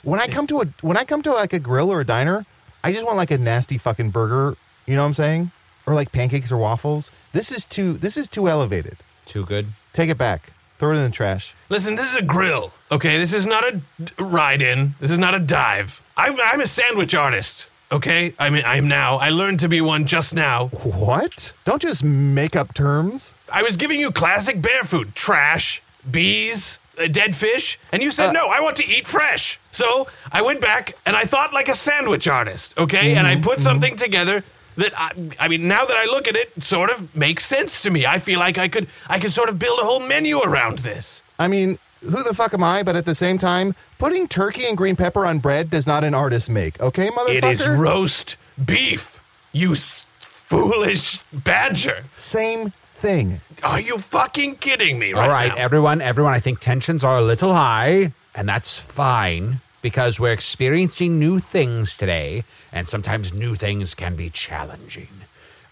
D: When I come to a when I come to like a grill or a diner, I just want like a nasty fucking burger. You know what I'm saying? Or like pancakes or waffles. This is too this is too elevated.
C: too good?
D: Take it back. Throw it in the trash.
E: Listen, this is a grill, okay? This is not a d- ride-in. This is not a dive. I'm, I'm a sandwich artist, okay? I mean, I'm now. I learned to be one just now.
D: What? Don't just make up terms.
E: I was giving you classic bear food. Trash, bees, uh, dead fish. And you said, no, I want to eat fresh. So I went back and I thought like a sandwich artist, okay? And I put something together that I, I mean now that I look at it sort of makes sense to me. I feel like I could I could sort of build a whole menu around this.
D: I mean, who the fuck am I? But at the same time, putting turkey and green pepper on bread does not an artist make. Okay, motherfucker.
E: It is roast beef, you s- foolish badger.
D: Same thing.
E: Are you fucking kidding me right
C: All right,
E: now?
C: everyone, everyone. I think tensions are a little high, and that's fine because we're experiencing new things today, and sometimes new things can be challenging.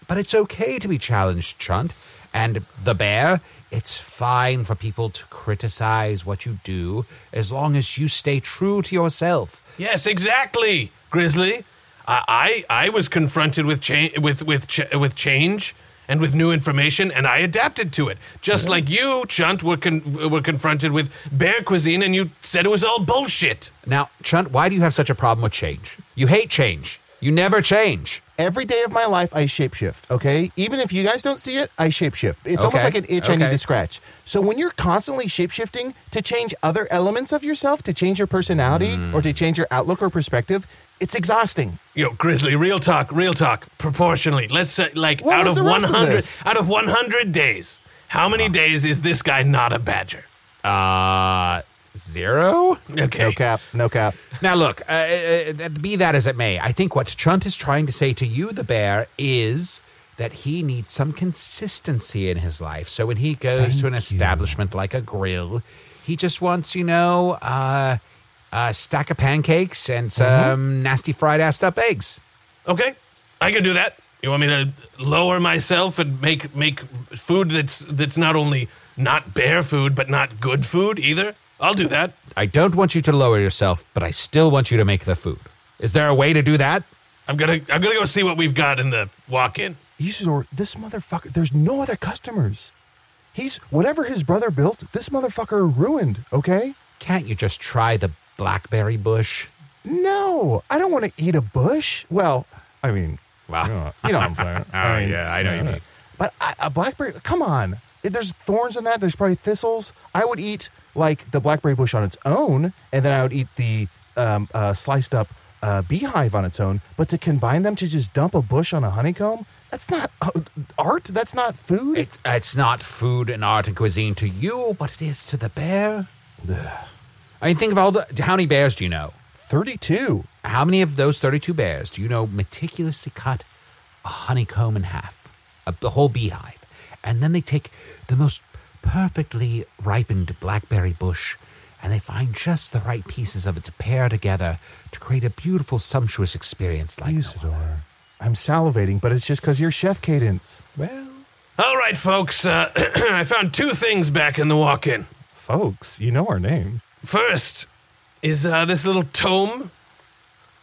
C: But it's okay to be challenged, Chunt. And the bear, it's fine for people to criticize what you do as long as you stay true to yourself.
E: Yes, exactly, Grizzly. I I, I was confronted with change with with ch- with change and with new information, and I adapted to it. Just like you, Chunt, were con- were confronted with bear cuisine, and you said it was all bullshit.
C: Now, Chunt, why do you have such a problem with change? You hate change. You never change.
D: Every day of my life, I shapeshift, okay? Even if you guys don't see it, I shapeshift. It's
C: Okay,
D: almost like an itch I need
C: okay.
D: to scratch. So when you're constantly shapeshifting to change other elements of yourself, to change your personality
C: Mm.
D: or to change your outlook or perspective, it's exhausting.
E: Yo, Grizzly, real talk, real talk. Proportionally, let's say, like
D: What
E: out
D: was
E: of
D: the
E: one
D: rest of
E: hundred
D: this?
E: out of one hundred days, how many days is this guy not a badger?
C: Uh, Zero? Okay. No
D: cap. No cap.
C: Now, look, uh, uh, uh, be that as it may, I think what Chunt is trying to say to you, the bear, is that he needs some consistency in his life. So when he goes to an establishment like a grill, he just wants, you know, uh, a stack of pancakes and some nasty fried assed up eggs.
E: Okay, I can do that. You want me to lower myself and make make food that's that's not only not bear food but not good food either? I'll do that.
C: I don't want you to lower yourself, but I still want you to make the food. Is there a way to do that?
E: I'm gonna I'm gonna go see what we've got in the walk-in.
D: Usador, this motherfucker, there's no other customers. He's whatever his brother built, this motherfucker ruined, okay?
C: Can't you just try the blackberry bush?
D: No, I don't want to eat a bush. Well, I mean, you know, you know what I'm saying.
C: Oh, yeah, I know what you mean.
D: But I, a blackberry, come on. If There's thorns in that. There's probably thistles. I would eat like the blackberry bush on its own, and then I would eat the um, uh, sliced up uh, beehive on its own. But to combine them to just dump a bush on a honeycomb, that's not uh, art. That's not food.
C: It's, it's not food and art and cuisine to you, but it is to the bear. I mean, think of all the. How many bears do you know?
D: 32.
C: How many of those 32 bears do you know meticulously cut a honeycomb in half, a, the whole beehive? And then they take the most perfectly ripened blackberry bush and they find just the right pieces of it to pair together to create a beautiful, sumptuous experience like no other.
D: Usador, I'm salivating, but it's just because you're chef cadence.
C: Well,
E: All right, folks. Uh, I found two things back in the walk-in.
D: folks, you know our name.
E: First is uh, this little tome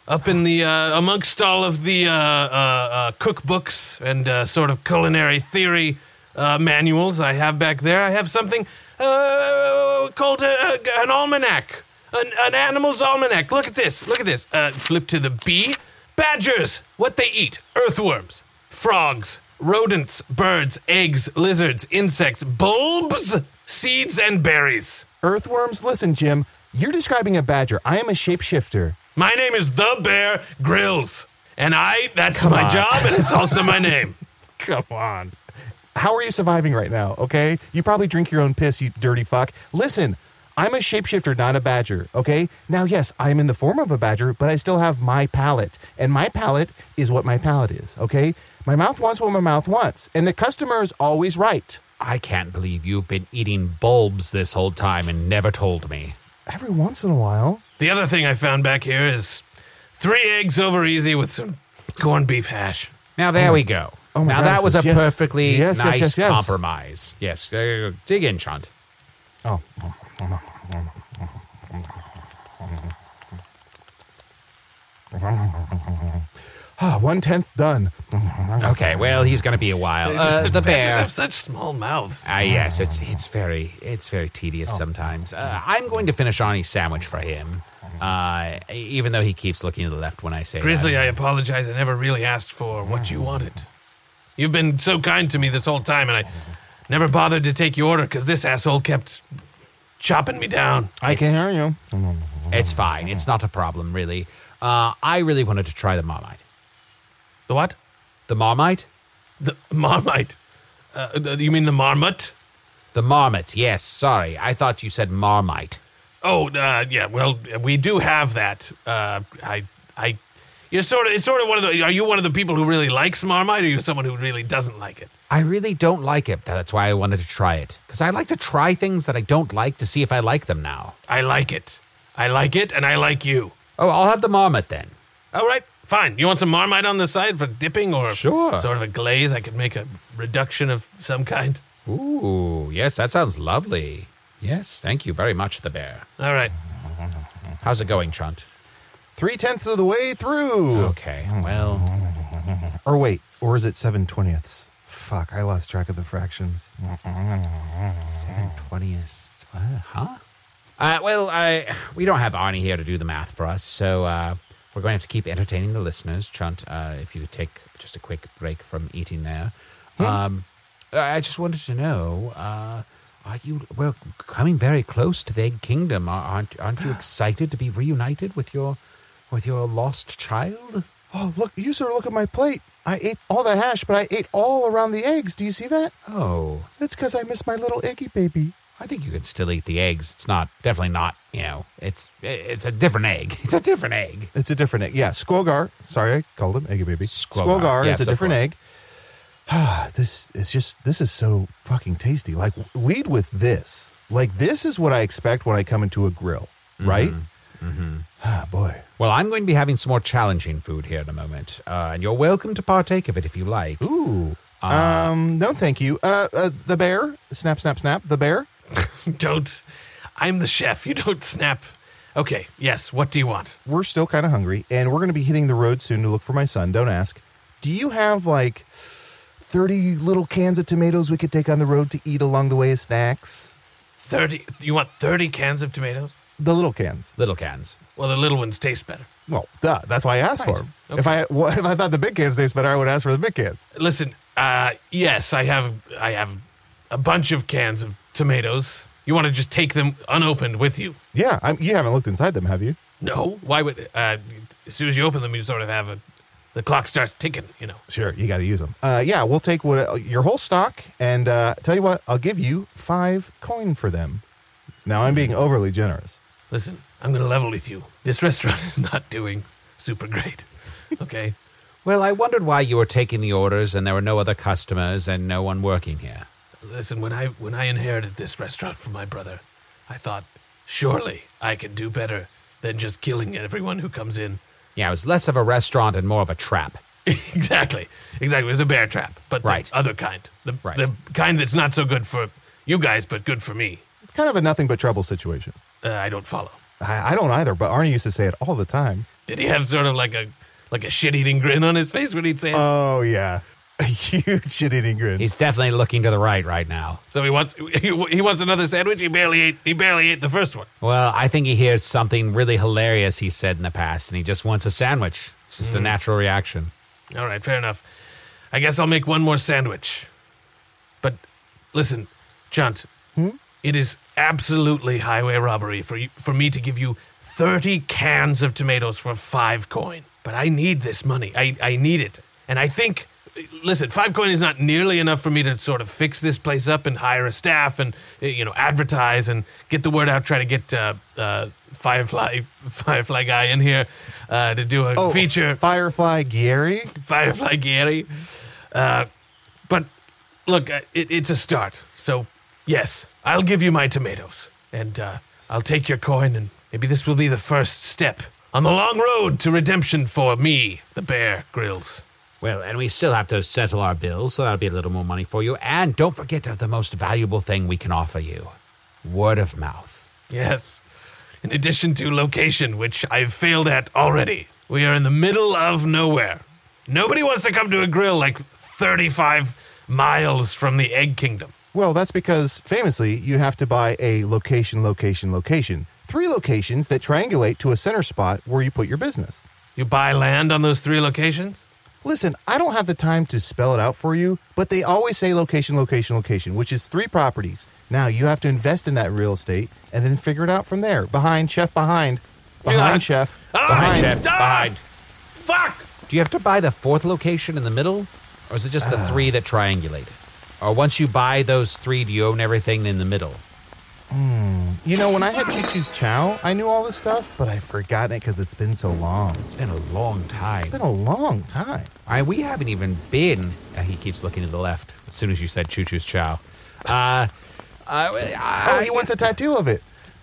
E: up in the uh, amongst all of the uh, uh, uh, cookbooks and uh, sort of culinary theory uh, manuals I have back there. I have something uh, called a, a- an almanac, an, an animal's almanac. Look at this. Look at this. Uh, flip to the B. Badgers, what they eat: earthworms, frogs, rodents, birds, eggs, lizards, insects, bulbs, seeds, and berries.
D: Earthworms, listen, Jim, you're describing a badger. I am a shapeshifter.
E: My name is The Bear Grills. And I, that's my job, and it's also my name.
D: Come on. How are you surviving right now? Okay. You probably drink your own piss, you dirty fuck. Listen, I'm a shapeshifter, not a badger. Okay. Now, yes, I'm in the form of a badger, but I still have my palate. And my palate is what my palate is. Okay. My mouth wants what my mouth wants. And the customer is always right.
C: I can't believe you've been eating bulbs this whole time and never told me.
D: Every once in a while.
E: The other thing I found back here is three eggs over easy with some corned beef hash.
C: Now there we go.
D: oh my
C: now
D: God,
C: that was a
D: yes, yes.
C: perfectly
D: Yes, yes,
C: nice
D: yes, yes.
C: compromise. Yes, uh, dig in, Chant.
D: Oh. Ah, one tenth done.
C: Okay, well he's going to be a while. Uh, the
E: Badgers
C: bear.
E: have such small mouths.
C: Ah, yes, it's it's very it's very tedious
D: Oh.
C: sometimes. Uh, I'm going to finish Arnie's sandwich for him, uh, even though he keeps looking to the left when I say that.
E: Grizzly, I apologize. I never really asked for what you wanted. You've been so kind to me this whole time, and I never bothered to take your order because this asshole kept chopping me down.
D: I can hear you.
C: It's fine. It's not a problem, really. Uh, I really wanted to try the marmite.
E: The what?
C: The marmite?
E: The marmite. Uh, th- you mean the marmot?
C: The marmots, yes. Sorry, I thought you said marmite.
E: Oh, uh, yeah. Well, we do have that. Uh, I, I, you're sort of. It's sort of one of the. Are you one of the people who really likes Marmite, or are you someone who really doesn't like it?
C: I really don't like it. That's why I wanted to try it. Because I like to try things that I don't like to see if I like them now.
E: I like it. I like it, and I like you.
C: Oh, I'll have the marmot then.
E: All right, fine. You want some Marmite on the side for dipping, or
C: Sure.
E: sort of a glaze? I could make a reduction of some kind.
C: Ooh, yes, that sounds lovely. Yes, thank you very much, the bear.
E: All right.
C: How's it going, Chunt?
D: Three tenths of the way through.
C: Okay, well,
D: Or wait, or is it seven twentieths? Fuck, I lost track of the fractions.
C: 720 is. Uh, huh? Uh, well, I, we don't have Arnie here to do the math for us, so uh, we're going to have to keep entertaining the listeners. Chunt, uh, if you could take just a quick break from eating there. Um, I I just wanted to know uh, are you, well, coming very close to the Egg Kingdom. Are- Aren't, aren't you excited to be reunited with your, with your lost child?
D: Oh, look, you sir, look at my plate. I ate all the hash, but I ate all around the eggs. Do you see that?
C: Oh,
D: That's because I miss my little eggy baby.
C: I think you could still eat the eggs. It's not definitely not you know it's it's a different egg. It's a different egg.
D: It's a different egg. Yeah, Squogar. Sorry, I called him Eggy Baby.
C: Squogar.
D: Squogar,
C: Yes,
D: is
C: of
D: a different
C: course.
D: egg. Ah, this is just this is so fucking tasty. Like lead with this. Like this is what I expect when I come into a grill, right?
C: Mm-hmm.
D: Ah, boy.
C: Well, I'm going to be having some more challenging food here in a moment, uh, and you're welcome to partake of it if you like.
D: Ooh. um, no, thank you. Uh, uh, the bear. Snap, snap, snap. The bear.
E: don't. I'm the chef. You don't snap. Okay. Yes. What do you want?
D: We're still kind of hungry, and we're going to be hitting the road soon to look for my son. Don't ask. Do you have like thirty little cans of tomatoes we could take on the road to eat along the way as snacks?
E: Thirty. You want thirty cans of tomatoes?
D: The little cans.
C: Little cans.
E: Well, the little ones taste better.
D: Well, duh. That's why I asked for
E: Right.
D: 'em. for them. If I well, if I thought the big cans taste better, I would ask for the big cans.
E: Listen. Uh, yes, I have. I have a bunch of cans of tomatoes. You want to just take them unopened with you?
D: Yeah, I'm, you haven't looked inside them, have you?
E: No. Why would? Uh, as soon as you open them, you sort of have a. The clock starts ticking. You know.
D: Sure, you got to use them. Uh, yeah, we'll take what your whole stock, and uh, tell you what, I'll give you five coin for them. Now I'm being overly generous.
E: Listen, I'm going to level with you. This restaurant is not doing super great. Okay.
C: Well, I wondered why you were taking the orders and there were no other customers and no one working here.
E: Listen, when I when I inherited this restaurant from my brother, I thought surely I could do better than just killing everyone who comes in.
C: Yeah, it was less of a restaurant and more of a trap.
E: exactly. Exactly. It was a bear trap, but
C: Right.
E: the other kind. The the kind that's not so good for you guys but good for me.
D: It's kind of a nothing but trouble situation.
E: Uh, I don't follow.
D: I, I don't either, but Arnie used to say it all the time.
E: Did he have sort of like a like a shit-eating grin on his face when he'd say it?
D: Oh yeah, a huge shit-eating grin.
C: He's definitely looking to the right right now.
E: so he wants he, he wants another sandwich. He barely ate he barely ate the first one.
C: Well, I think he hears something really hilarious he said in the past and he just wants a sandwich. It's just a
E: Mm.
C: natural reaction.
E: All right, fair enough. I guess I'll make one more sandwich. But listen, Chunt, it is absolutely highway robbery for you, for me to give you 30 cans of tomatoes for 5 coin. But I need this money. I I need it. And I think listen, 5 coin is not nearly enough for me to sort of fix this place up and hire a staff and uh, you know, advertise and get the word out try to get uh, uh, Firefly Firefly guy in here uh, to do a
D: Oh,
E: feature
D: Firefly Gary.
E: Firefly Gary. Uh, but look, uh, it, it's a start. So, yes, I'll give you my tomatoes. And uh, I'll take your coin, and maybe this will be the first step on the long road to redemption for me, the bear grills.
C: Well, and we still have to settle our bills, so that'll be a little more money for you. And don't forget the most valuable thing we can offer you word of mouth.
E: Yes. In addition to location, which I've failed at already, we are in the middle of nowhere. Nobody wants to come to a grill like 35 miles from the Egg Kingdom.
D: Well, that's because famously you have to buy a location, location, location. Three locations that triangulate to a center spot where you put your business.
E: You buy land on those three locations?
D: Listen, I don't have the time to spell it out for you, but they always say location, location, location, which is three properties. Now you have to invest in that real estate and then figure it out from there. Behind chef, behind, behind chef, behind
C: behind.
E: Ah, Fuck!
C: Do you have to buy the fourth location in the middle? Or is it just the three that triangulate? Or once you buy those three, do you own everything in the middle?
D: You know, when I had Choo Choo's Chow, I knew all this stuff, but I've forgotten it because it's been so long. It's
C: been a long time. It's
D: been a long time.
C: I, we haven't even been. Uh, he keeps looking to the left as soon as you said Choo Choo's Chow. Uh,
D: oh, he wants a tattoo of it.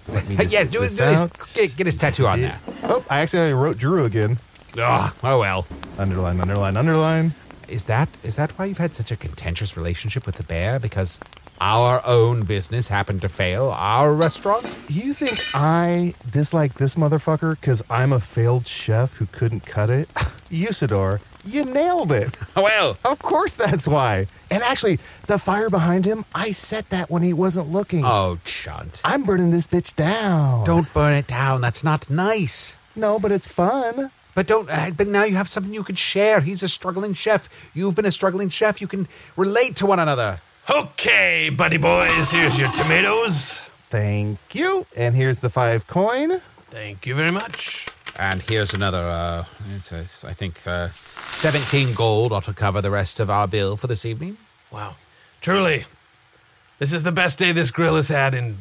D: Let me
C: yeah, do, do
D: this
C: his,
D: out.
C: get, get his tattoo on there.
D: Oh, I accidentally wrote Drew again.
C: Ugh, oh well.
D: Underline, underline, underline.
C: Is that is that why you've had such a contentious relationship with the bear? Because our own business happened to fail, our restaurant?
D: You think I dislike this motherfucker because I'm a failed chef who couldn't cut it? Usador, you nailed it.
C: Well,
D: of course that's why. And actually, the fire behind him, I set that when he wasn't looking.
C: Oh, chunt.
D: I'm burning this bitch down.
C: Don't burn it down. That's not nice.
D: No, but it's fun.
C: But don't. Uh, but now you have something you can share. He's a struggling chef. You've been a struggling chef. You can relate to one another.
E: Okay, buddy boys, here's your tomatoes.
D: Thank you. And here's the five coin.
E: Thank you very much.
C: And here's another. Uh, it's, it's, I think uh, seventeen gold ought to cover the rest of our bill for this evening.
E: Wow. Truly, This is the best day this grill has had in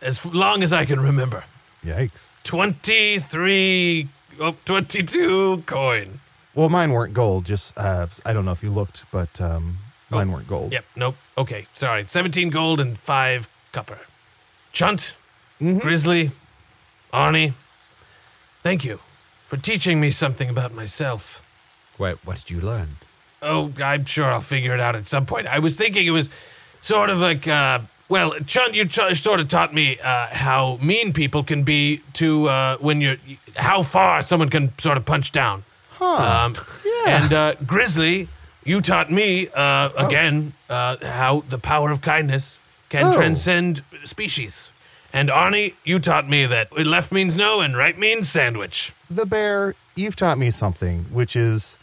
E: as long as I can remember.
I: Yikes.
E: 23, oh, 22 coin.
D: Well, mine weren't gold. Just uh, I don't know if you looked, but um, mine weren't gold.
E: Yep, nope. Okay, sorry. 17 gold and 5 copper. Chunt,
D: Mm-hmm.
E: Grizzly, Arnie, thank you for teaching me something about myself.
C: Wait, what did you learn?
E: Oh, I'm sure I'll figure it out at some point. I was thinking it was sort of like, uh, well, Chunt, you t- sort of taught me uh, how mean people can be to uh, when you're, how far someone can sort of punch down.
I: Huh.
E: yeah. And uh, Grizzly, you taught me uh, again uh, how the power of kindness can
I: Oh.
E: transcend species. And Arnie, you taught me that left means no and right means sandwich.
D: The bear, you've taught me something, which is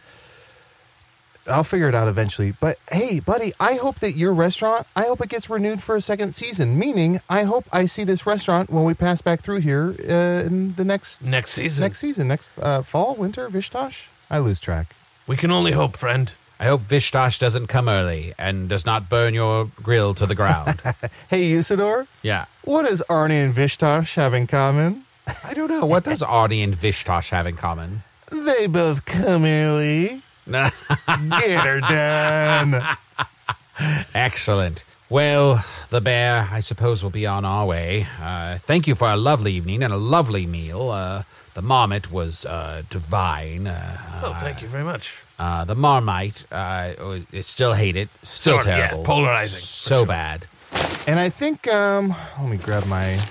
D: I'll figure it out eventually. But hey, buddy, I hope that your restaurant, I hope it gets renewed for a second season. Meaning, I hope I see this restaurant when we pass back through here uh, in the next
E: Next season.
D: next season, next uh, fall, winter, Vishtosh. I lose track.
E: We can only hope, friend.
C: I hope Vishtash doesn't come early and does not burn your grill to the ground.
D: Hey, Usador,
C: yeah.
D: what does Arnie and Vishtosh have in common?
C: I don't know. What does Arnie and Vishtash have in common?
D: They both come early.
C: Get
D: her done.
C: Excellent. Well, the bear, I suppose, will be on our way. Uh, thank you for a lovely evening and a lovely meal. Uh, the marmot was uh, divine. Uh,
E: Oh, thank you very much.
C: uh, the marmite, uh, oh, I still hate it. Still
E: Sort of, yeah,
C: terrible.
E: polarizing, for
C: So bad.
D: And I think, um, let me grab my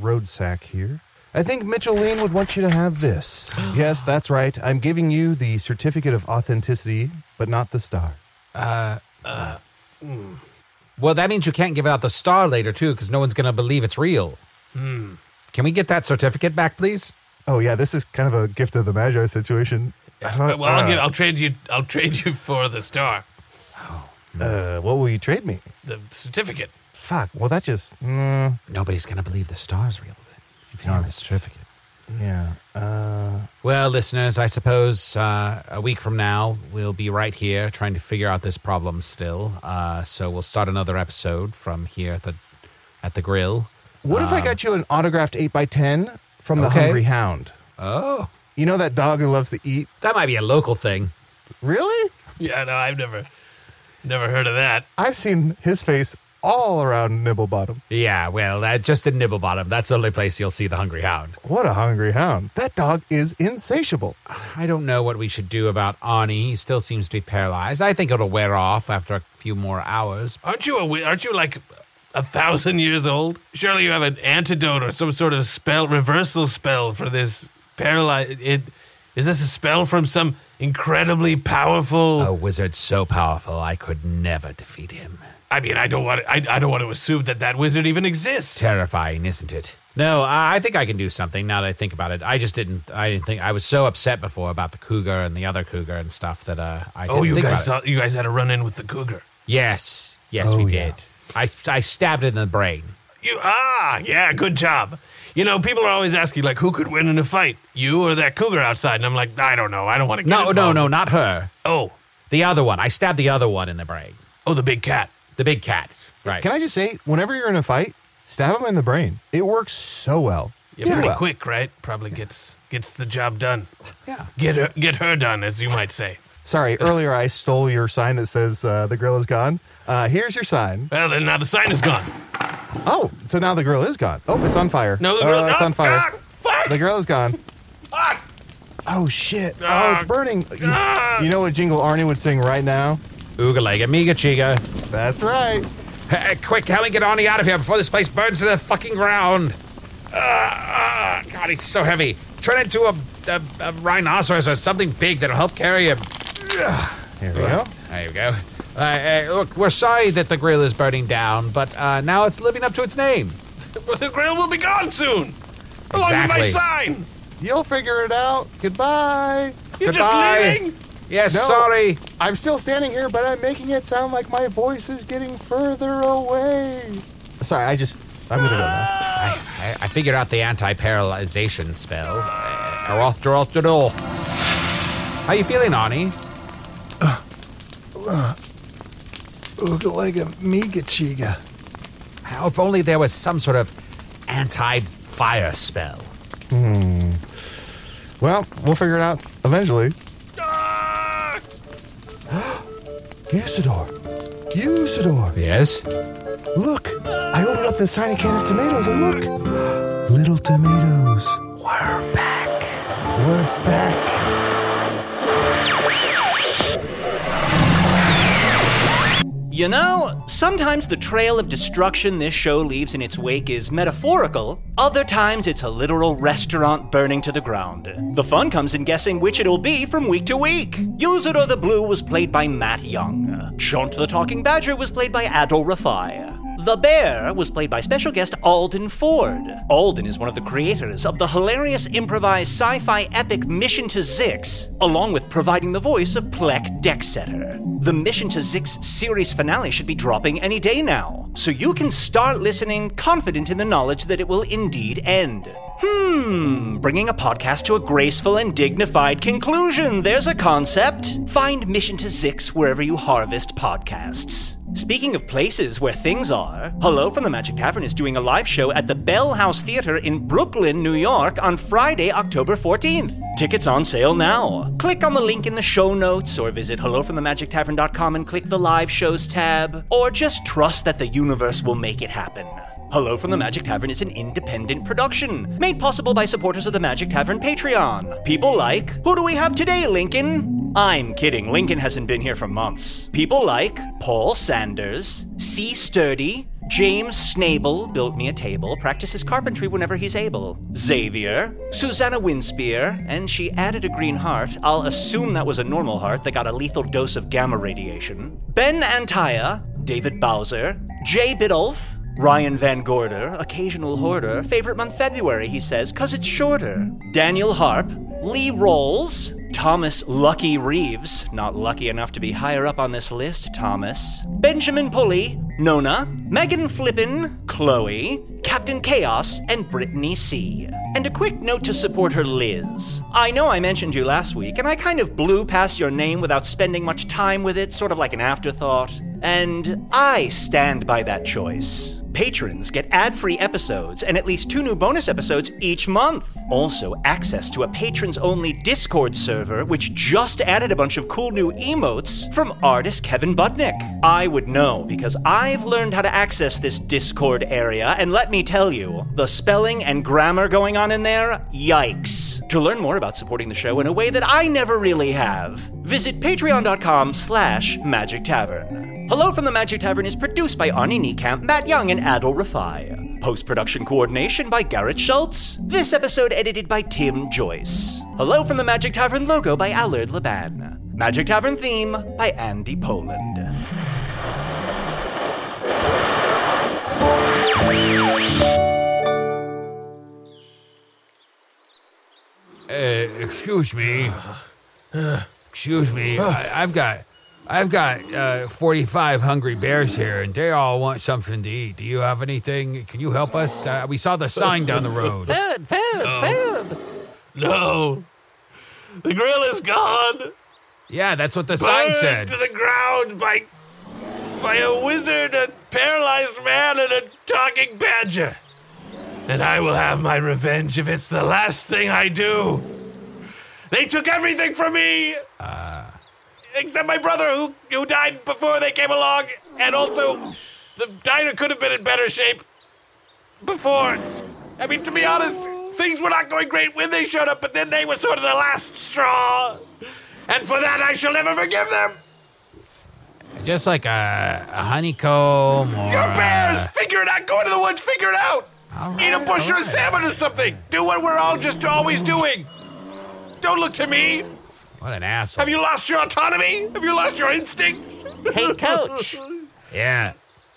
D: road sack here. I think Mitchell Lean would want you to have this. yes, that's right. I'm giving you the certificate of authenticity, but not the star.
C: Uh, uh, Well, that means you can't give out the star later, too, because no one's going to believe it's real.
E: Hmm.
C: Can we get that certificate back, please?
D: Oh yeah, this is kind of a gift of the Magi situation.
E: Uh, Well, I'll, give, I'll trade you. I'll trade you for the star,
D: Uh, what will you trade me?
E: the certificate.
D: Fuck. Well, that just mm,
C: Nobody's going to believe the star's real then, if you don't have the certificate.
D: yeah. Uh,
C: Well, listeners, I suppose uh, a week from now we'll be right here trying to figure out this problem still. Uh, so we'll start another episode from here at the at the grill.
D: what
E: Um,
D: if I got you an autographed eight x ten from the
C: Okay.
D: Hungry Hound?
C: Oh,
D: You know that dog who loves to eat?
C: that might be a local thing.
D: Really?
E: Yeah, no, I've never, never heard of that.
D: I've seen his face all around Nibble Bottom.
C: Yeah, well, that, just in Nibblebottom, that's the only place you'll see the Hungry Hound.
D: What a hungry hound. That dog is insatiable.
C: I don't know what we should do about Arnie. He still seems to be paralyzed. I think it'll wear off after a few more hours.
E: Aren't you a? wi- Aren't you like a thousand years old? Surely you have an antidote or some sort of spell, reversal spell for this paralyzed. It is this a spell from some incredibly powerful?
C: A wizard so powerful, I could never defeat him.
E: I mean, I don't want. I, I don't want to assume that that wizard even exists.
C: terrifying, isn't it? No, I I think I can do something now that I think about it. I just didn't. I didn't think I was so upset before about the cougar and the other cougar and stuff that uh, I. Didn't
E: Oh, you
C: think
E: guys Oh,
C: about
E: saw, you guys had a run in with the cougar.
C: It. Yes, yes, we did. I I stabbed it in the brain.
E: You ah yeah, good job. You know, people are always asking like, who could win in a fight, you or that cougar outside? And I'm like, I don't know. I don't want to. Get
C: No, no,
E: involved."
C: no, not her.
E: Oh,
C: The other one. I stabbed the other one in the brain.
E: oh, the big cat.
C: The big cat. Right.
D: Can I just say, whenever you're in a fight, stab him in the brain. It works so well.
E: Yeah,
D: Too
E: pretty
D: well.
E: quick, right? Probably gets gets the job done.
C: Yeah.
E: Get her get her done, as you might say.
D: Sorry, earlier I stole your sign that says uh, the grill is gone. Uh, here's your sign.
E: Well, then now the sign is gone.
D: Oh, so now the grill is gone. Oh, it's on fire.
E: No, the
D: Oh,
E: grill-
D: it's on
E: Ah,
D: fire.
E: ah, fuck!
D: The grill is gone. Oh shit! Oh, it's
E: Ah.
D: burning. You, you know what jingle Arnie would sing right now?
C: Ooga lega, miga chiga.
D: That's right.
C: Hey, quick, help me get Arnie out of here before this place burns to the fucking ground. Ah, ah, God, he's so heavy. Turn into a, a, a rhinoceros or something big that'll help carry him.
D: Here we go.
C: There you go. Uh, uh, look, we're sorry that the grill is burning down, but uh, now it's living up to its name.
E: But the grill will be gone soon. Along with my
C: Exactly.
E: sign.
D: You'll figure it out. Goodbye.
E: You're
C: Goodbye.
E: just leaving.
C: Yes,
D: No.
C: sorry.
D: I'm still standing here, but I'm making it sound like my voice is getting further away. Ah. Sorry, I just. I'm gonna go now.
C: I, I figured out the anti-paralyzation spell. Uh, Aroth, Doroth, Dorol. How you feeling, Arnie?
J: Oogalega Miga Chiga.
C: Oh, If only there was some sort of anti fire spell.
D: Hmm. Well, we'll figure it out eventually. Ah. Usador. Usador.
C: Yes?
D: Look, I opened up this tiny can of tomatoes and look. Little tomatoes. We're back. We're back.
B: You know, sometimes the trail of destruction this show leaves in its wake is metaphorical, other times it's a literal restaurant burning to the ground. The fun comes in guessing which it'll be from week to week. Use It or the Blue was played by Matt Young. Chaunt the Talking Badger was played by Adol Rafai. The Bear was played by special guest Alden Ford. Alden is one of the creators of the hilarious improvised sci fi epic Mission to Zix, along with providing the voice of Plek Dexeter. The Mission to Zix series finale should be dropping any day now, so you can start listening confident in the knowledge that it will indeed end. Hmm, bringing a podcast to a graceful and dignified conclusion. There's a concept. Find Mission to Zix wherever you harvest podcasts. Speaking of places where things are, Hello from the Magic Tavern is doing a live show at the Bell House Theater in Brooklyn, New York on Friday, October 14th. Tickets on sale now. Click on the link in the show notes or visit hellofromthemagictavern.com and click the live shows tab, or just trust that the universe will make it happen. Hello from the Magic Tavern is an independent production made possible by supporters of the Magic Tavern Patreon. People like, who do we have today, Lincoln? I'm kidding, Lincoln hasn't been here for months. People like Paul Sanders, C. Sturdy, James Snable built me a table, practices carpentry whenever he's able. Xavier, Susanna Winspear, and she added a green heart. I'll assume that was a normal heart that got a lethal dose of gamma radiation. Ben Antaya, David Bowser, Jay Biddulph, Ryan Van Gorder, occasional hoarder, favorite month February, he says, cause it's shorter. Daniel Harp, Lee Rolls, Thomas Lucky Reeves, not lucky enough to be higher up on this list, Thomas, Benjamin Pulley, Nona, Megan Flippin, Chloe, Captain Chaos, and Brittany C. And a quick note to support her Liz. I know I mentioned you last week, and I kind of blew past your name without spending much time with it, sort of like an afterthought. And I stand by that choice. Patrons get ad free episodes and at least two new bonus episodes each month. Also, access to a patrons only Discord server, which just added a bunch of cool new emotes from artist Kevin Budnick. I would know because I've learned how to access this Discord area, and let me tell you, the spelling and grammar going on in there, yikes. To learn more about supporting the show in a way that I never really have, visit patreon.com slash magic tavern. Hello from the Magic Tavern is produced by Arnie Niekamp, Matt Young, and Adol Rafai. Post production coordination by Garrett Schultz. This episode edited by Tim Joyce. Hello from the Magic Tavern logo by Allard Laban. Magic Tavern theme by Andy Poland.
C: Uh, excuse me. Excuse me. I, I've got, I've got uh, forty-five hungry bears here, and they all want something to eat. Do you have anything? Can you help us? Uh, we saw the sign down the road.
I: Food, food, food.
C: No,
E: The grill is gone.
C: Yeah, that's what the sign
E: Burned
C: said.
E: to the ground by by a wizard, a paralyzed man, and a talking badger. And I will have my revenge if it's the last thing I do. They took everything from me.
C: Uh.
E: Except my brother, who who died before they came along, and also the diner could have been in better shape before. I mean, to be honest, things were not going great when they showed up, but then they were sort of the last straw. And for that, I shall never forgive them.
C: Just like a, a honeycomb or.
E: Your bears,
C: a-
E: figure it out. Go into the woods, figure it out. Eat a bush or a salmon or something. Do what we're all just always doing. Don't look to me.
C: what an asshole.
E: Have you lost your autonomy? Have you lost your instincts?
I: Hey, coach.
C: Yeah.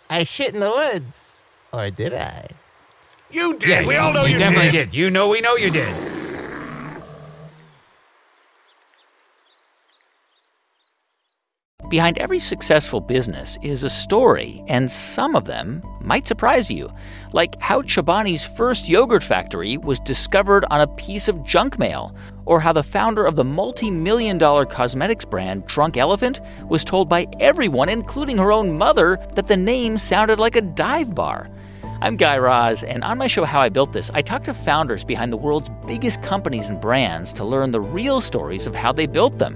I: I shit in the woods. Or did I?
E: You
I: did. We all know you
C: definitely
I: did.
C: did. You know, we know you did.
J: Behind every successful business is a story, and some of them might surprise you. Like how Chobani's first yogurt factory was discovered on a piece of junk mail, or how the founder of the multi million dollar cosmetics brand Drunk Elephant was told by everyone, including her own mother, that the name sounded like a dive bar. I'm Guy Raz, and on my show How I Built This, I talk to founders behind the world's biggest companies and brands to learn the real stories of how they built them.